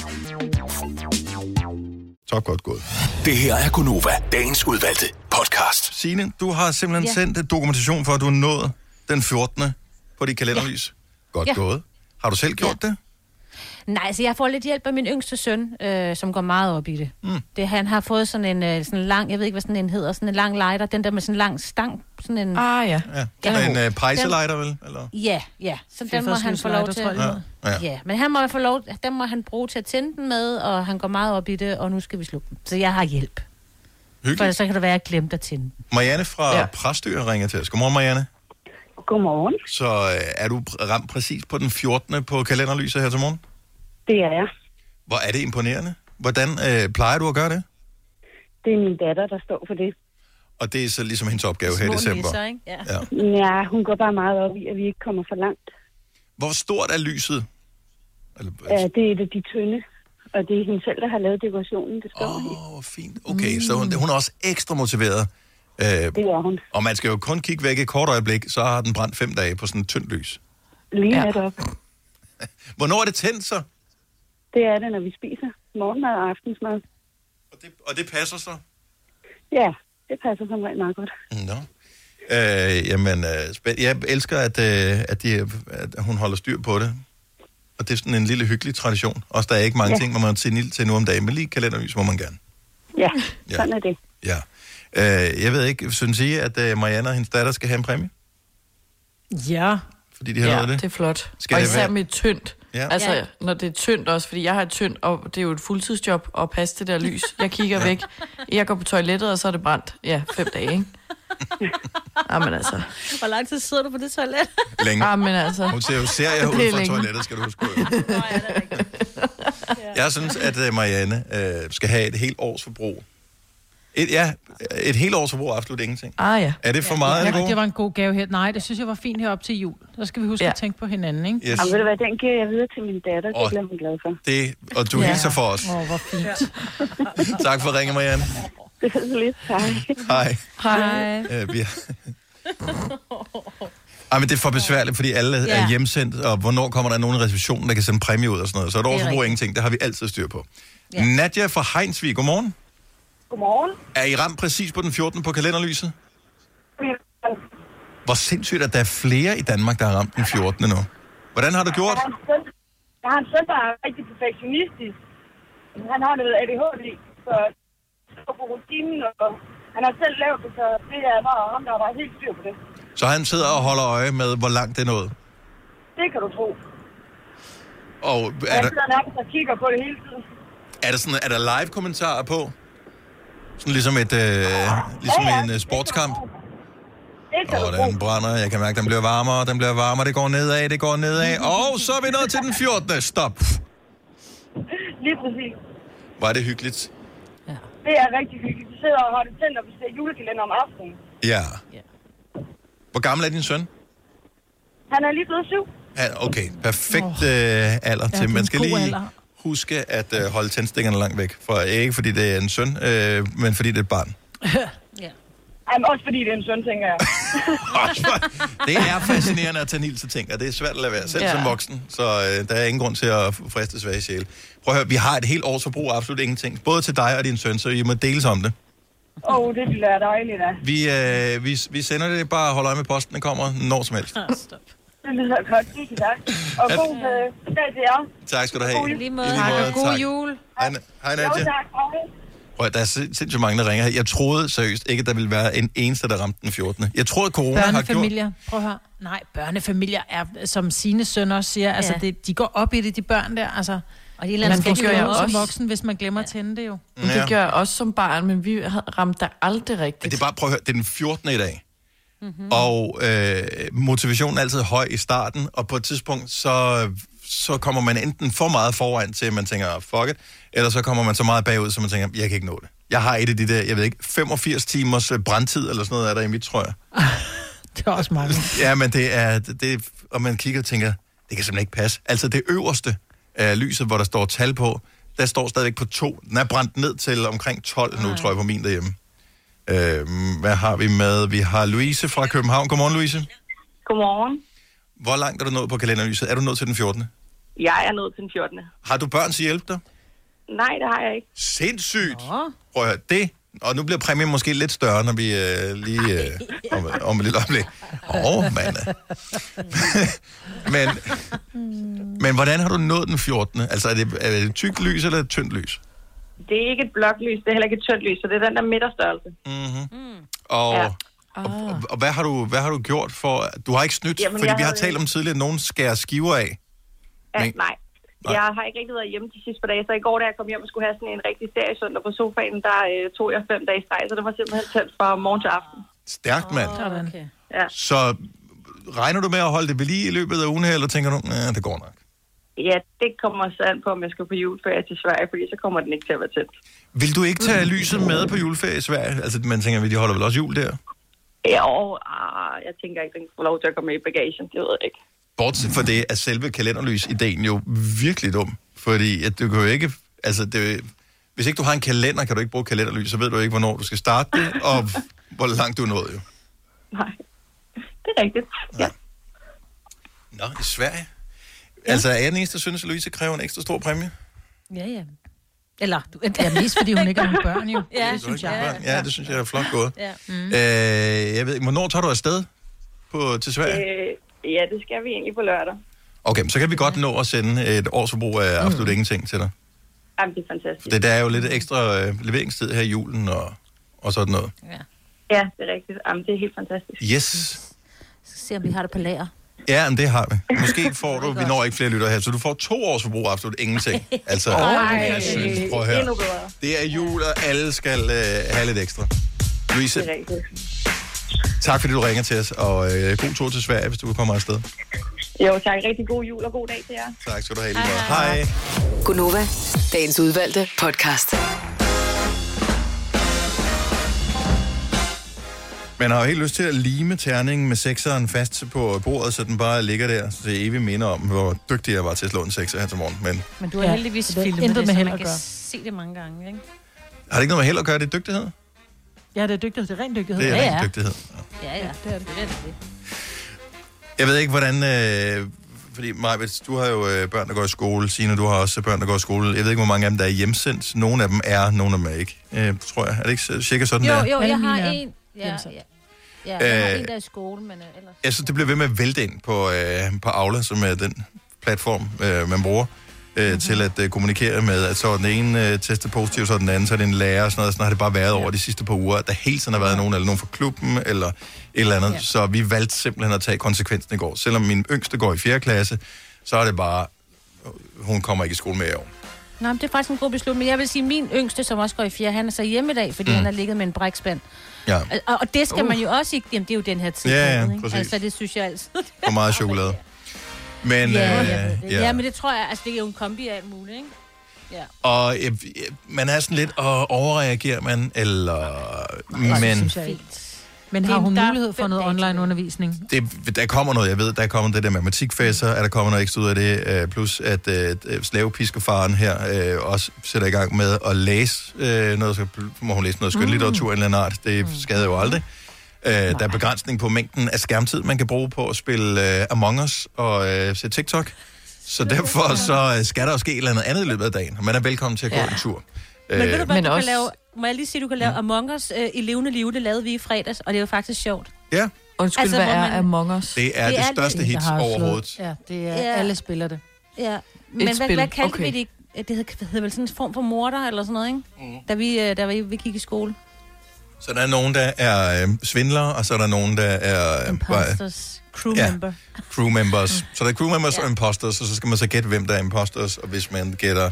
Speaker 1: Top godt gået.
Speaker 9: Det her er Gunova, dagens udvalgte podcast.
Speaker 1: Signe, du har simpelthen
Speaker 2: Ja.
Speaker 1: ja. sendt et dokumentation for, at du er nået den 14. på dit kalenderlys. Ja. Godt
Speaker 2: Ja.
Speaker 1: ja. gået. Har du selv gjort ja. det?
Speaker 2: Nej, altså jeg får lidt hjælp af min yngste søn, øh, som går meget op i det. Mm. det. Han har fået sådan en øh, sådan en lang, jeg ved ikke, hvad sådan en hedder, sådan en lang lighter, den der med sådan en lang stang. Sådan en,
Speaker 3: ah, ja.
Speaker 1: Ja. ja. En øh, pejselighter, vel? Eller?
Speaker 2: Ja, ja. Så den må han få lov
Speaker 4: Fyrfadslyslighter,
Speaker 2: til.
Speaker 4: tror jeg, det
Speaker 1: Ja.
Speaker 2: Ja, men han må få lov, den må han bruge til at tænde den med, og han går meget op i det, og nu skal vi slukke den. Så jeg har hjælp. For
Speaker 1: Hyggeligt.
Speaker 2: så kan det være, at jeg glemte at tænde den.
Speaker 1: Marianne fra ja. Præstø ringer til os. Godmorgen, Marianne.
Speaker 13: Godmorgen.
Speaker 1: Så øh, er du pr- ramt præcis på den 14. på kalenderlyset her til morgen?
Speaker 13: Det er jeg.
Speaker 1: Hvor er det imponerende. Hvordan øh, plejer du at gøre det?
Speaker 13: Det er min datter, der står for det.
Speaker 1: Og det er så ligesom hendes opgave her i december.
Speaker 2: ikke? Ja.
Speaker 1: Ja.
Speaker 13: ja, hun går bare meget op i, at vi ikke kommer for langt.
Speaker 1: Hvor stort er lyset?
Speaker 13: Ja, det er et af de tynde, og det er hende selv, der har lavet dekorationen, det står
Speaker 1: Åh, oh, fint. Okay, mm. så hun, hun er også ekstra motiveret. Øh, det
Speaker 13: er hun.
Speaker 1: Og man skal jo kun kigge væk et kort øjeblik, så har den brændt fem dage på sådan et tyndt lys.
Speaker 13: Lige ja. netop.
Speaker 1: Hvornår er det tændt så?
Speaker 13: Det er det, når vi spiser morgenmad og aftensmad.
Speaker 1: Og det passer så?
Speaker 13: Ja, det passer som regel meget godt.
Speaker 1: Nå. Øh, jamen, øh, spænd- jeg elsker, at, øh, at, de, at hun holder styr på det. Og det er sådan en lille hyggelig tradition. Også der er ikke mange
Speaker 13: Ja.
Speaker 1: ja. ting, man må tænde ild til nu om dagen, men lige kalenderlys må man gerne.
Speaker 13: Ja,
Speaker 1: Ja.
Speaker 13: sådan er det.
Speaker 1: Ja. Øh, jeg ved ikke, synes I, at øh, Marianne og hendes datter skal have en præmie?
Speaker 4: Ja.
Speaker 1: Fordi de har
Speaker 3: ja,
Speaker 1: lavet det?
Speaker 3: det er flot.
Speaker 1: Skal
Speaker 3: Skal og
Speaker 1: det
Speaker 3: især
Speaker 1: være-
Speaker 3: med tyndt.
Speaker 1: Ja.
Speaker 3: Ja. Altså,
Speaker 1: Ja.
Speaker 3: ja. når det er tyndt også, fordi jeg har et tyndt, og det er jo et fuldtidsjob at passe det der lys. Jeg kigger ja. væk, jeg går på toilettet, og så er det brændt. Ja, fem dage, ikke? Jamen altså.
Speaker 2: Hvor lang tid sidder du på det toilet?
Speaker 1: Længe.
Speaker 3: Jamen altså.
Speaker 1: Hun ser jo serier
Speaker 3: Det er
Speaker 1: ud fra
Speaker 3: længe.
Speaker 1: toilettet, skal du huske på. Jeg synes, at øh, Marianne øh, skal have et helt års forbrug. Et, ja, et helt års forbrug er absolut ingenting.
Speaker 3: Ah, ja.
Speaker 1: Er det for meget,
Speaker 4: Ja,
Speaker 1: eller
Speaker 4: og det var
Speaker 1: god?
Speaker 4: en god gave her. Nej, det synes jeg var fint herop til jul. Så skal vi huske
Speaker 1: Ja.
Speaker 4: ja. at tænke på hinanden, ikke?
Speaker 1: Yes. Jamen, ved du
Speaker 13: hvad, den giver jeg videre til min datter.
Speaker 1: Det Åh. bliver
Speaker 13: hun glad for.
Speaker 1: Det, og du ja. hilser for os.
Speaker 4: Åh, oh, hvor fint.
Speaker 1: Tak for ringen, Marianne.
Speaker 13: Det er så lidt. Hej.
Speaker 1: Hej.
Speaker 4: Hej.
Speaker 1: Øh, vi har... Ej, men det er for besværligt, fordi alle ja.
Speaker 14: Ja.
Speaker 1: er hjemsendt, og hvornår kommer der nogen i receptionen, der kan sende præmie ud og sådan noget. Så et
Speaker 14: Det er
Speaker 1: års forbrug er
Speaker 14: rigtigt.
Speaker 1: ingenting, det har vi altid styr på. Ja. Nadja fra Heinsvig, godmorgen.
Speaker 15: Godmorgen.
Speaker 1: Er I ramt præcis på den 14. på kalenderlyset? Hvor sindssygt, at der er flere i Danmark, der har ramt den 14. nu. Hvordan har du gjort?
Speaker 15: Jeg har en søn, jeg har en søn der er rigtig perfektionistisk. Han har noget ADHD, så han går på rutinen, og han har selv lavet det, så det er bare ham, der var helt styr på det.
Speaker 1: Så han sidder og holder øje med, hvor langt det er nået.
Speaker 15: Det kan du tro.
Speaker 1: Og
Speaker 15: Jeg
Speaker 1: er der,
Speaker 15: sidder nærmest og kigger på det hele tiden.
Speaker 1: er der, sådan, er der live kommentarer på? Sådan ligesom, et, øh, ligesom en øh, sportskamp?
Speaker 15: Det kan
Speaker 1: Og den brænder, jeg kan mærke, den bliver varmere, den bliver varmere, det går nedad, det går nedad. Og så er vi nået til den 14. Stop.
Speaker 15: Lige præcis.
Speaker 1: Var det hyggeligt?
Speaker 15: Det er rigtig hyggeligt. Vi sidder og har det tændt, og vi ser julekalender om aftenen.
Speaker 1: Ja. Hvor gammel er din søn?
Speaker 15: Han er lige blevet syv.
Speaker 1: Ja, Okay, perfekt øh, alder
Speaker 15: Ja,
Speaker 1: til.
Speaker 15: det er
Speaker 1: Man
Speaker 15: en
Speaker 1: skal
Speaker 15: god
Speaker 1: lige
Speaker 15: alder.
Speaker 1: huske at øh, holde tændstikkerne langt væk. For, ikke fordi det er en søn, øh, men fordi det er et barn.
Speaker 15: ja. Jamen, også fordi det er en søn, tænker jeg.
Speaker 1: Det er fascinerende at tage Niel til ting, og det er svært at lade være, selv
Speaker 15: Ja.
Speaker 1: ja. som voksen. Så øh, der er ingen grund til at friste svage sjæle. Prøv at høre, vi har et helt års forbrug af absolut ingenting. Både til dig og din søn, så I må deles om det.
Speaker 15: Åh, oh, det ville være dejligt, da.
Speaker 1: Vi, øh, vi, vi sender det bare og holder øje med posten, den kommer når som helst.
Speaker 15: Det lyder altså godt. Tusind tak. Og
Speaker 1: Ja.
Speaker 15: god øh, dag til jer.
Speaker 1: Tak skal du have.
Speaker 15: God jul. I lige måde. Tak, og god jul.
Speaker 1: Hej, Na- hej
Speaker 15: Jo,
Speaker 1: Nadia.
Speaker 15: tak. Hej.
Speaker 1: Prøv, at, der er sind- sindssygt mange, der ringer her. Jeg troede seriøst ikke, at der ville være en eneste, der ramte den 14. Jeg troede, at corona har gjort...
Speaker 4: Børnefamilier, prøv at høre. Nej, børnefamilier er, som sine søn også siger, ja. altså det, de går op i det, de børn der, altså. Og de
Speaker 3: eller andet skal de jo også.
Speaker 4: som voksen, hvis man glemmer ja. at tænde det jo.
Speaker 3: Men
Speaker 1: Ja.
Speaker 3: Det gjorde jeg også som barn, men vi havde- ramte dig aldrig rigtigt.
Speaker 1: Det er bare, prøv at høre, det er den 14. i dag. Mm-hmm. Og øh, motivationen er altid høj i starten, og på et tidspunkt, så, så kommer man enten for meget foran til, at man tænker, "Ah, fuck it, eller så kommer man så meget bagud, så man tænker, jeg kan ikke nå det. Jeg har et af de der, jeg ved ikke, 85 timers øh, brandtid, eller sådan noget er der i mit, tror jeg.
Speaker 4: Det er også mange.
Speaker 1: Ja, men det er, det, er- og man kigger og tænker, det kan simpelthen ikke passe. Altså det øverste af lyset, hvor der står tal på, der står stadigvæk på to. Den er brændt ned til omkring 12 nu, tror jeg, på min derhjemme. Øhm, hvad har vi med? Vi har Louise fra København. Godmorgen, Louise.
Speaker 14: Godmorgen.
Speaker 1: Hvor langt er du nået på kalenderlyset? Er du nået til den 14.
Speaker 14: Jeg er nået til den 14.
Speaker 1: Har du børn til at hjælpe dig?
Speaker 14: Nej, det har jeg ikke.
Speaker 1: Sindssygt! Prøv at høre, det... Og nu bliver præmien måske lidt større, når vi øh, lige... Øh, om, om et lille øjeblik. Åh, oh, mand. men, men hvordan har du nået den 14. Altså, er det, er det tykt lys eller et tyndt lys?
Speaker 14: Det er ikke et bloklys, det er heller ikke et tyndt lys, så det er den der midterstørrelse.
Speaker 1: Mm-hmm. Og, ja.
Speaker 15: Ah.
Speaker 1: og, og hvad, har du, hvad har du gjort for... Du har ikke snydt,
Speaker 14: Jamen,
Speaker 1: Jamen, fordi
Speaker 14: jeg
Speaker 1: vi har
Speaker 14: havde-
Speaker 1: talt om tidligere, at nogen skærer skiver af.
Speaker 14: Ja,
Speaker 1: Men-
Speaker 14: nej.
Speaker 1: Nej.
Speaker 14: Jeg har ikke rigtig været hjemme de sidste par dage, så i går, da jeg kom hjem og skulle have sådan en rigtig serie søndag på sofaen, der øh, tog jeg fem dage i streg, så det var simpelthen tændt fra morgen til aften.
Speaker 1: Stærkt, mand.
Speaker 4: Okay.
Speaker 14: Ja.
Speaker 1: Så regner du med at holde det ved lige i løbet af ugen her, eller tænker du, nej, det går nok?
Speaker 14: ja, det kommer så an på, om jeg skal på juleferie til Sverige, fordi så kommer den ikke til at være tændt.
Speaker 1: Vil du ikke
Speaker 4: Mm.
Speaker 1: tage lyset med på juleferie i Sverige? Altså, man tænker, de holder vel også jul der?
Speaker 14: Ja, og ah, jeg tænker ikke, den kan få lov til at komme med i bagagen, det ved jeg ikke.
Speaker 1: Bortset fra det, er selve kalenderlys-ideen jo virkelig dum. Fordi at du kan jo ikke... Altså, det, hvis ikke du har en kalender, kan du ikke bruge kalenderlys, så ved du ikke, hvornår du skal starte det, og hvor langt du er nået jo.
Speaker 14: Det er rigtigt. Ja.
Speaker 1: Nå, i Sverige? Altså, er jeg den eneste, der synes, at Louise kræver en ekstra stor præmie?
Speaker 2: Ja, ja. Eller, du...
Speaker 4: Ja, mest fordi hun ikke har nogen børn, jo.
Speaker 2: Ja,
Speaker 4: Det synes jeg.
Speaker 1: Ja, det synes jeg er flot gået.
Speaker 2: Ja.
Speaker 1: Mm. Øh, jeg ved ikke, hvornår tager du afsted på, til Sverige?
Speaker 14: Øh, ja, det skal vi egentlig på lørdag.
Speaker 1: Okay, men så kan vi godt nå at sende et års forbrug af absolut mm. ingenting til dig.
Speaker 14: Jamen, det er fantastisk.
Speaker 1: Det, der er jo lidt ekstra øh, leveringstid her i julen og, og sådan noget.
Speaker 14: Ja, det er rigtigt. Jamen, det er helt fantastisk.
Speaker 1: Yes.
Speaker 2: Så se, om vi har det på lager.
Speaker 1: Ja, men det har vi. Måske får du, vi når ikke flere lytter her, så du får to års forbrug af absolut ingenting. Altså,
Speaker 15: Ej,
Speaker 1: jeg synes, prøv at høre.
Speaker 15: endnu bedre.
Speaker 1: Det er jul, og alle skal øh, have lidt ekstra. Louise,
Speaker 14: rigtigt.
Speaker 1: tak fordi du ringer til os, og øh, god tur til Sverige, hvis du kommer afsted.
Speaker 14: Jo, tak. Rigtig god jul og god dag til jer.
Speaker 1: Tak skal du have. Hej. Hej.
Speaker 5: Gunova, dagens udvalgte podcast.
Speaker 1: Man har jo helt lyst til at lime terningen med sekseren fast på bordet, så den bare ligger der, så det evigt minder om, hvor dygtig jeg var til at slå en sekser her til morgen. Men
Speaker 2: Men du har ja. heldigvis
Speaker 4: det er
Speaker 2: filmet
Speaker 4: intet
Speaker 2: det,
Speaker 4: med
Speaker 2: så
Speaker 4: held
Speaker 2: man
Speaker 4: at
Speaker 2: kan
Speaker 4: gøre.
Speaker 2: se det mange gange, ikke?
Speaker 1: har det ikke noget med held at gøre, det er dygtighed?
Speaker 4: Ja, det er dygtighed. Det er ren dygtighed.
Speaker 1: Det er
Speaker 4: ja,
Speaker 1: ja, dygtighed.
Speaker 2: Ja, ja. Det er det. det, er det.
Speaker 1: Jeg ved ikke, hvordan... Øh, fordi, Majbets, du har jo øh, børn, der går i skole. Signe, du har også børn, der går i skole. Jeg ved ikke, hvor mange af dem, der er hjemsendt. Nogle af dem er, nogle af dem er ikke, øh, tror jeg. Er det ikke så- cirka sådan,
Speaker 2: Jo,
Speaker 1: der?
Speaker 2: jo, jeg
Speaker 4: Alle
Speaker 2: har
Speaker 4: mine er
Speaker 2: en... Ja,
Speaker 4: hjemsendt.
Speaker 2: ja. Ja, jeg har
Speaker 1: Øh,
Speaker 2: en, der er i skole, men øh, ellers...
Speaker 1: Jeg synes, det bliver ved med at vælte ind på, øh, på Aula, som er den platform, øh, man bruger øh,
Speaker 2: Mhm.
Speaker 1: mm-hmm. til at øh, kommunikere med. At så er den ene øh, tester positiv, så er den anden, så er det en lærer og sådan noget. Sådan har det bare været over de sidste par uger, at der hele tiden har været nogen, eller nogen fra klubben, eller et eller andet. Så vi valgte simpelthen at tage konsekvensen i går. Selvom min yngste går i 4. klasse, så er det bare, hun kommer ikke i skole med i år.
Speaker 2: Nå, men det er faktisk en god beslutning. Jeg vil sige, at min yngste, som også går i fjerde, han er så hjemme i dag, fordi
Speaker 1: Mm.
Speaker 2: mm. han har ligget med en brækspand.
Speaker 1: Ja,
Speaker 2: Og, og det skal
Speaker 1: Uh.
Speaker 2: uh. man jo også ikke... Jamen, det er jo den her tid.
Speaker 1: Ja, ja,
Speaker 2: på året, ikke?
Speaker 1: præcis.
Speaker 2: Altså, det synes jeg altid.
Speaker 1: for meget chokolade. Men,
Speaker 2: ja,
Speaker 1: øh,
Speaker 2: jeg ved det. ja, men det tror jeg, altså, det er jo en kombi af alt muligt, ikke? Ja.
Speaker 1: Og øh, øh, man er sådan lidt, og overreagerer man, eller... Men
Speaker 4: Men har hun mulighed for noget online undervisning?
Speaker 1: det, der kommer noget, jeg ved, der kommer det der matematikfæsser, er der kommer noget ekstra ud af det, øh, plus at øh, øh, slavepiskefaren her øh, også sætter i gang med at læse øh, noget, så må hun læse noget skønlitteratur mm. eller en art, det skader jo aldrig. Øh, der er begrænsning på mængden af skærmtid, man kan bruge på at spille øh, Among Us og øh, se TikTok. Så derfor så øh, skal der også ske et eller andet andet i løbet af dagen. Man er velkommen til at gå
Speaker 2: Ja.
Speaker 1: en tur.
Speaker 2: Men ved du hvad,
Speaker 1: Øh. men Mm.
Speaker 2: du kan lave... Må jeg lige sige, du kan lave Among Us øh, i levende liv, det lavede vi i fredags, og det var faktisk sjovt.
Speaker 1: Ja.
Speaker 3: Undskyld,
Speaker 2: Altså,
Speaker 3: altså, hvad
Speaker 2: hvor
Speaker 3: er
Speaker 2: man-
Speaker 3: man... Among Us?
Speaker 1: Det er det, det største hit
Speaker 4: der har slået-
Speaker 1: overhovedet.
Speaker 4: Ja, det er,
Speaker 2: Ja.
Speaker 4: ja. alle spiller det.
Speaker 2: Ja, men hvad,
Speaker 4: spil,
Speaker 2: hvad kaldte okay.
Speaker 4: okay.
Speaker 2: vi det? ikke? Det hed, det hed vel sådan en form for morder eller sådan noget, ikke? Mm. Da vi, øh, da vi, vi gik i skole.
Speaker 1: Så der er nogen, der er øh, svindlere, og så er der nogen, der er... Øh, bare-
Speaker 2: Imposters, crew
Speaker 1: Ja.
Speaker 2: member.
Speaker 1: crew members.
Speaker 3: Mm.
Speaker 1: Så der er crew members og imposters, og så skal man så gætte, hvem der er imposters, og hvis man gætter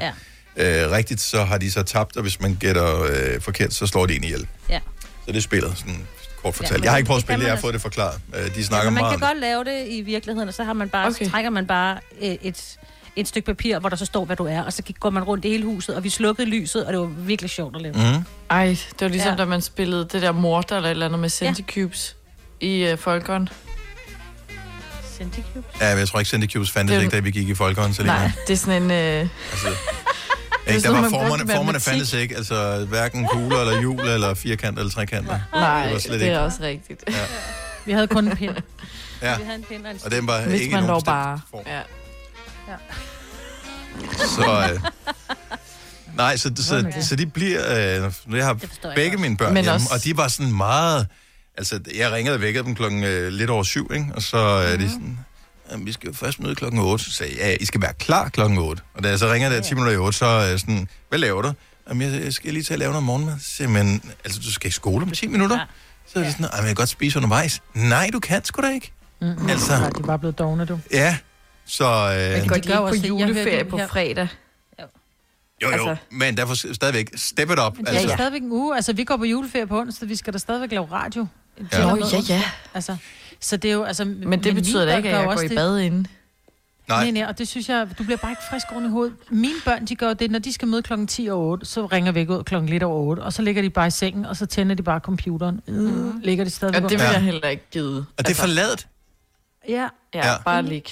Speaker 2: Ja.
Speaker 1: øh, rigtigt, så har de så tabt, og hvis man gætter øh, forkert, så slår de en ihjel.
Speaker 2: Ja.
Speaker 1: Så det er spillet, sådan kort
Speaker 2: Ja,
Speaker 1: fortalt.
Speaker 2: men
Speaker 1: jeg har ikke
Speaker 2: det
Speaker 1: prøvet at
Speaker 2: kan
Speaker 1: spille, det,
Speaker 2: man
Speaker 1: jeg har
Speaker 2: også.
Speaker 1: fået det forklaret. Øh, de snakker
Speaker 2: Altså, man
Speaker 1: meget
Speaker 2: kan
Speaker 1: om det.
Speaker 2: godt lave det i virkeligheden, og så, har man bare, okay. så trækker man bare øh, et, et stykke papir, hvor der så står, hvad du er, og så gik- går man rundt i hele huset, og vi slukkede lyset, og det var virkelig sjovt at lave.
Speaker 1: Mm.
Speaker 3: Ej, det var ligesom,
Speaker 2: Ja.
Speaker 3: ja. da man spillede det der morter eller et eller andet med centicubes ja. i uh, Folkeren.
Speaker 2: Centicubes?
Speaker 1: Ja, men jeg tror ikke, Centicubes fandtes
Speaker 3: Det-
Speaker 1: ikke, da vi gik i folkehånd. Så
Speaker 3: Nej, det er sådan en... Øh...
Speaker 1: Altså, Ikke, der
Speaker 3: sådan,
Speaker 1: var
Speaker 3: man brugte
Speaker 1: formerne, formerne
Speaker 3: matematik.
Speaker 1: fandtes ikke, altså hverken kugler eller hjul eller firkant eller trekanter.
Speaker 3: Nej,
Speaker 1: var
Speaker 3: det,
Speaker 1: slet
Speaker 3: det er
Speaker 1: ikke.
Speaker 3: også rigtigt.
Speaker 1: Ja.
Speaker 4: Vi havde kun en pind.
Speaker 1: Ja.
Speaker 2: Vi havde en pind og en
Speaker 1: Og den var
Speaker 3: Hvis
Speaker 1: ikke i
Speaker 3: man
Speaker 1: nogen
Speaker 3: dog
Speaker 1: bestemt
Speaker 3: bare...
Speaker 1: form.
Speaker 3: Ja.
Speaker 1: Så, øh, nej, så, så,
Speaker 3: Ja.
Speaker 1: så, de bliver... Øh, nu jeg har
Speaker 3: forstår jeg
Speaker 1: begge
Speaker 3: godt.
Speaker 1: mine børn
Speaker 3: Men
Speaker 1: hjemme,
Speaker 3: også-
Speaker 1: og de var sådan meget... Altså, jeg ringede og vækkede dem klokken øh, lidt over syv, ikke? Og så er øh, de sådan... "Jamen, Vi skal jo først møde klokken 8. Så sagde jeg, ja, I skal være klar klokken 8. Og da jeg så ringer der 10 minutter i 8, så er jeg sådan, hvad laver du? Jamen, jeg, jeg skal lige til at lave noget morgenmad. Så siger jeg, men altså, du skal i skole om 10 minutter? Ja. Så er det sådan, "Ej, men jeg kan godt spise undervejs. Nej, du kan sgu da ikke.
Speaker 4: Mm.
Speaker 1: Altså.
Speaker 4: Nej, de er bare blevet dogne, du.
Speaker 1: Ja, så... Øh,
Speaker 3: Går de
Speaker 4: gør
Speaker 3: ikke
Speaker 4: også
Speaker 3: på
Speaker 4: det. Jeg hørte
Speaker 3: juleferie
Speaker 4: det
Speaker 3: på
Speaker 4: her.
Speaker 3: fredag?
Speaker 1: jo, jo, altså.
Speaker 3: altså-
Speaker 1: men derfor stadigvæk, step it up.
Speaker 4: Men det er jo stadigvæk en uge. Altså, vi går på juleferie på onsdag, vi skal da stadigvæk lave radio. De
Speaker 1: Ja.
Speaker 4: har
Speaker 1: Nå,
Speaker 4: noget
Speaker 3: ja,
Speaker 4: onsdag.
Speaker 3: ja.
Speaker 4: Altså, så det er jo, altså...
Speaker 3: Men det betyder da ikke, at jeg går i bad inden.
Speaker 1: Nej.
Speaker 4: Nej. nej, nej, og det synes jeg, du bliver bare ikke frisk oven i hovedet. Mine børn, de gør jo det, når de skal møde klokken 10 og 8, så ringer vi ikke ud klokken lidt over 8, og så ligger de bare i sengen, og så tænder de bare computeren. Mm. Ligger de stadigvæk
Speaker 3: Ja, det vil
Speaker 4: under-
Speaker 3: jeg heller ikke gide.
Speaker 1: Og det er forladet.
Speaker 4: Ja.
Speaker 3: Ja,
Speaker 1: Ja.
Speaker 3: bare ligge.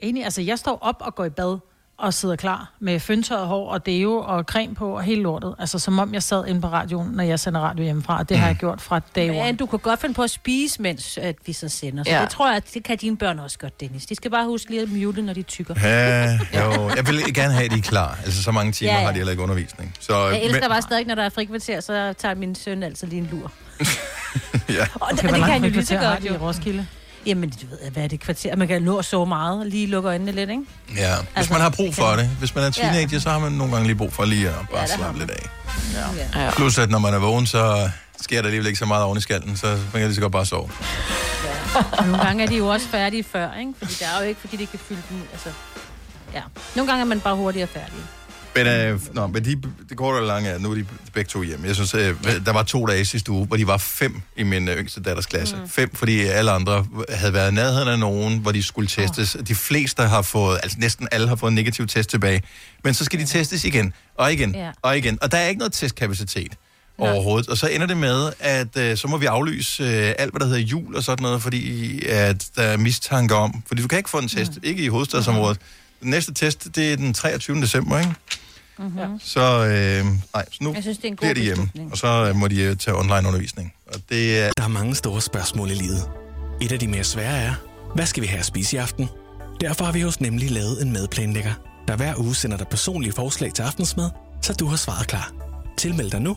Speaker 4: Enig, altså jeg står op og går i bad og sidder klar med fyndtørret hår og deo og creme på og hele lortet. Altså som om jeg sad inde på radioen, når jeg sender radio hjemmefra, og det
Speaker 1: Mm.
Speaker 4: har jeg gjort fra dag one.
Speaker 2: Men du kan godt finde på at spise, mens at vi så sender. Så ja.
Speaker 4: Ja.
Speaker 2: det tror jeg, at det kan dine børn også godt, Dennis. De skal bare huske lige at mute, når de tykker.
Speaker 1: Ja, jo. Jeg vil gerne have, at I er klar. Altså, så mange timer
Speaker 2: Ja,
Speaker 1: ja,
Speaker 2: ja.
Speaker 1: ja. har de heller ikke undervisning. Så,
Speaker 2: Jeg
Speaker 1: men-
Speaker 2: elsker bare stadig, når der er frikvarter, så tager min søn altid lige en lur.
Speaker 1: ja.
Speaker 2: Og
Speaker 4: Okay,
Speaker 2: det,
Speaker 4: hvor
Speaker 2: og det
Speaker 4: langt
Speaker 2: kan han jo lige så
Speaker 4: frikvarter har
Speaker 2: godt
Speaker 4: de
Speaker 2: jo.
Speaker 4: i Roskilde?
Speaker 2: Jamen, du ved, hvad er det kvarter? Man kan nå så meget og lige lukke øjnene lidt, ikke?
Speaker 1: ja. Hvis
Speaker 2: Altså,
Speaker 1: man har
Speaker 2: det
Speaker 1: brug
Speaker 2: kan
Speaker 1: for
Speaker 2: man.
Speaker 1: det. Hvis man er teenager,
Speaker 2: Ja.
Speaker 1: så har man nogle gange lige brug for lige at bare
Speaker 2: det har
Speaker 1: slappe
Speaker 2: man.
Speaker 1: lidt af.
Speaker 2: Ja.
Speaker 1: Ja. Plus, at når man er vågen, så sker der alligevel ikke så meget oven i skallen, så man kan lige så godt bare sove.
Speaker 2: Og nogle gange er de jo også færdige før, ikke? Fordi der er jo ikke, fordi de kan fylde dem ud. Altså, ja. Nogle gange er man bare hurtigere færdig.
Speaker 1: Men, øh, nå, men de, det korte og det lange er, nu er de begge to hjemme. Jeg synes, øh, der var to dage i sidste uge, hvor de var fem i min øh, yngste datters klasse. Mm. Fem, fordi alle andre havde været i nærheden af nogen, hvor de skulle testes. Oh. De fleste har fået, altså næsten alle har fået en negativ test tilbage. Men så skal de testes igen, og igen,
Speaker 9: Ja.
Speaker 1: og igen. Og der er ikke noget testkapacitet overhovedet. Og så ender det med, at øh, så må vi aflyse øh, alt, hvad der hedder jul og sådan noget, fordi at der er mistanke om... Fordi du kan ikke få en test, ikke i hovedstadsområdet. Den næste test, det er den 23. december, ikke?
Speaker 2: Mm-hmm.
Speaker 1: Så, øh, nej, så nu
Speaker 2: Jeg synes, det er en god
Speaker 1: bliver de hjemme,
Speaker 2: beslutning.
Speaker 1: og så øh, må de øh, tage online undervisning. Og det er...
Speaker 12: Der er mange store spørgsmål i livet. Et af de mere svære er, hvad skal vi have at spise i aften? Derfor har vi hos Nemlig lavet en madplanlægger, der hver uge sender dig personlige forslag til aftensmad, så du har svaret klar. Tilmeld dig nu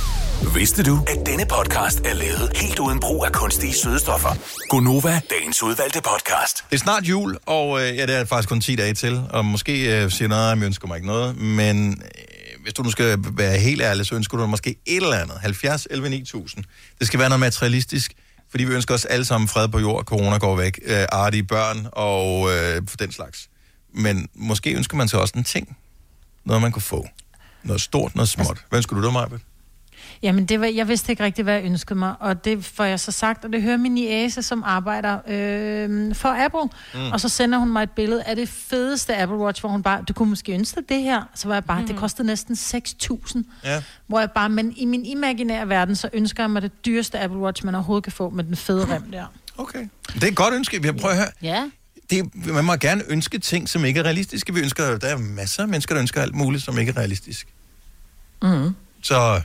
Speaker 16: Vidste du, at denne podcast er lavet helt uden brug af kunstige sødestoffer? Gonova, dagens udvalgte podcast.
Speaker 1: Det er snart jul, og øh, ja, det er faktisk kun 10 dage til, og måske øh, siger nej, jeg ønsker mig ikke noget, men øh, hvis du nu skal være helt ærlig, så ønsker du dig måske et eller andet. 70, 11, 9000. Det skal være noget materialistisk, fordi vi ønsker os alle sammen fred på jord, corona går væk, øh, artige børn og øh, den slags. Men måske ønsker man sig også en ting. Noget, man kunne få. Noget stort, noget
Speaker 2: Altså-
Speaker 1: småt. Hvad ønsker du dig, Majbet?
Speaker 4: Jamen, det var, jeg vidste ikke rigtigt, hvad jeg ønskede mig, og det får jeg så sagt, og det hører min niæse, som arbejder øh, for Apple,
Speaker 17: Mm.
Speaker 4: mm. og så sender hun mig et billede af det fedeste Apple Watch, hvor hun bare, du kunne måske ønske dig det her, så var jeg bare, mm. det kostede næsten 6.000,
Speaker 1: Ja.
Speaker 4: hvor jeg bare, men i min imaginære verden, så ønsker jeg mig det dyreste Apple Watch, man overhovedet kan få med den fede rem der.
Speaker 1: Okay. Det er et godt ønske. Vi har prøvet at høre.
Speaker 4: Ja.
Speaker 1: Det, man må gerne ønske ting, som ikke er realistiske. Vi ønsker, der er masser af mennesker, der ønsker alt muligt, som ikke er realistisk.
Speaker 4: Mm.
Speaker 1: Så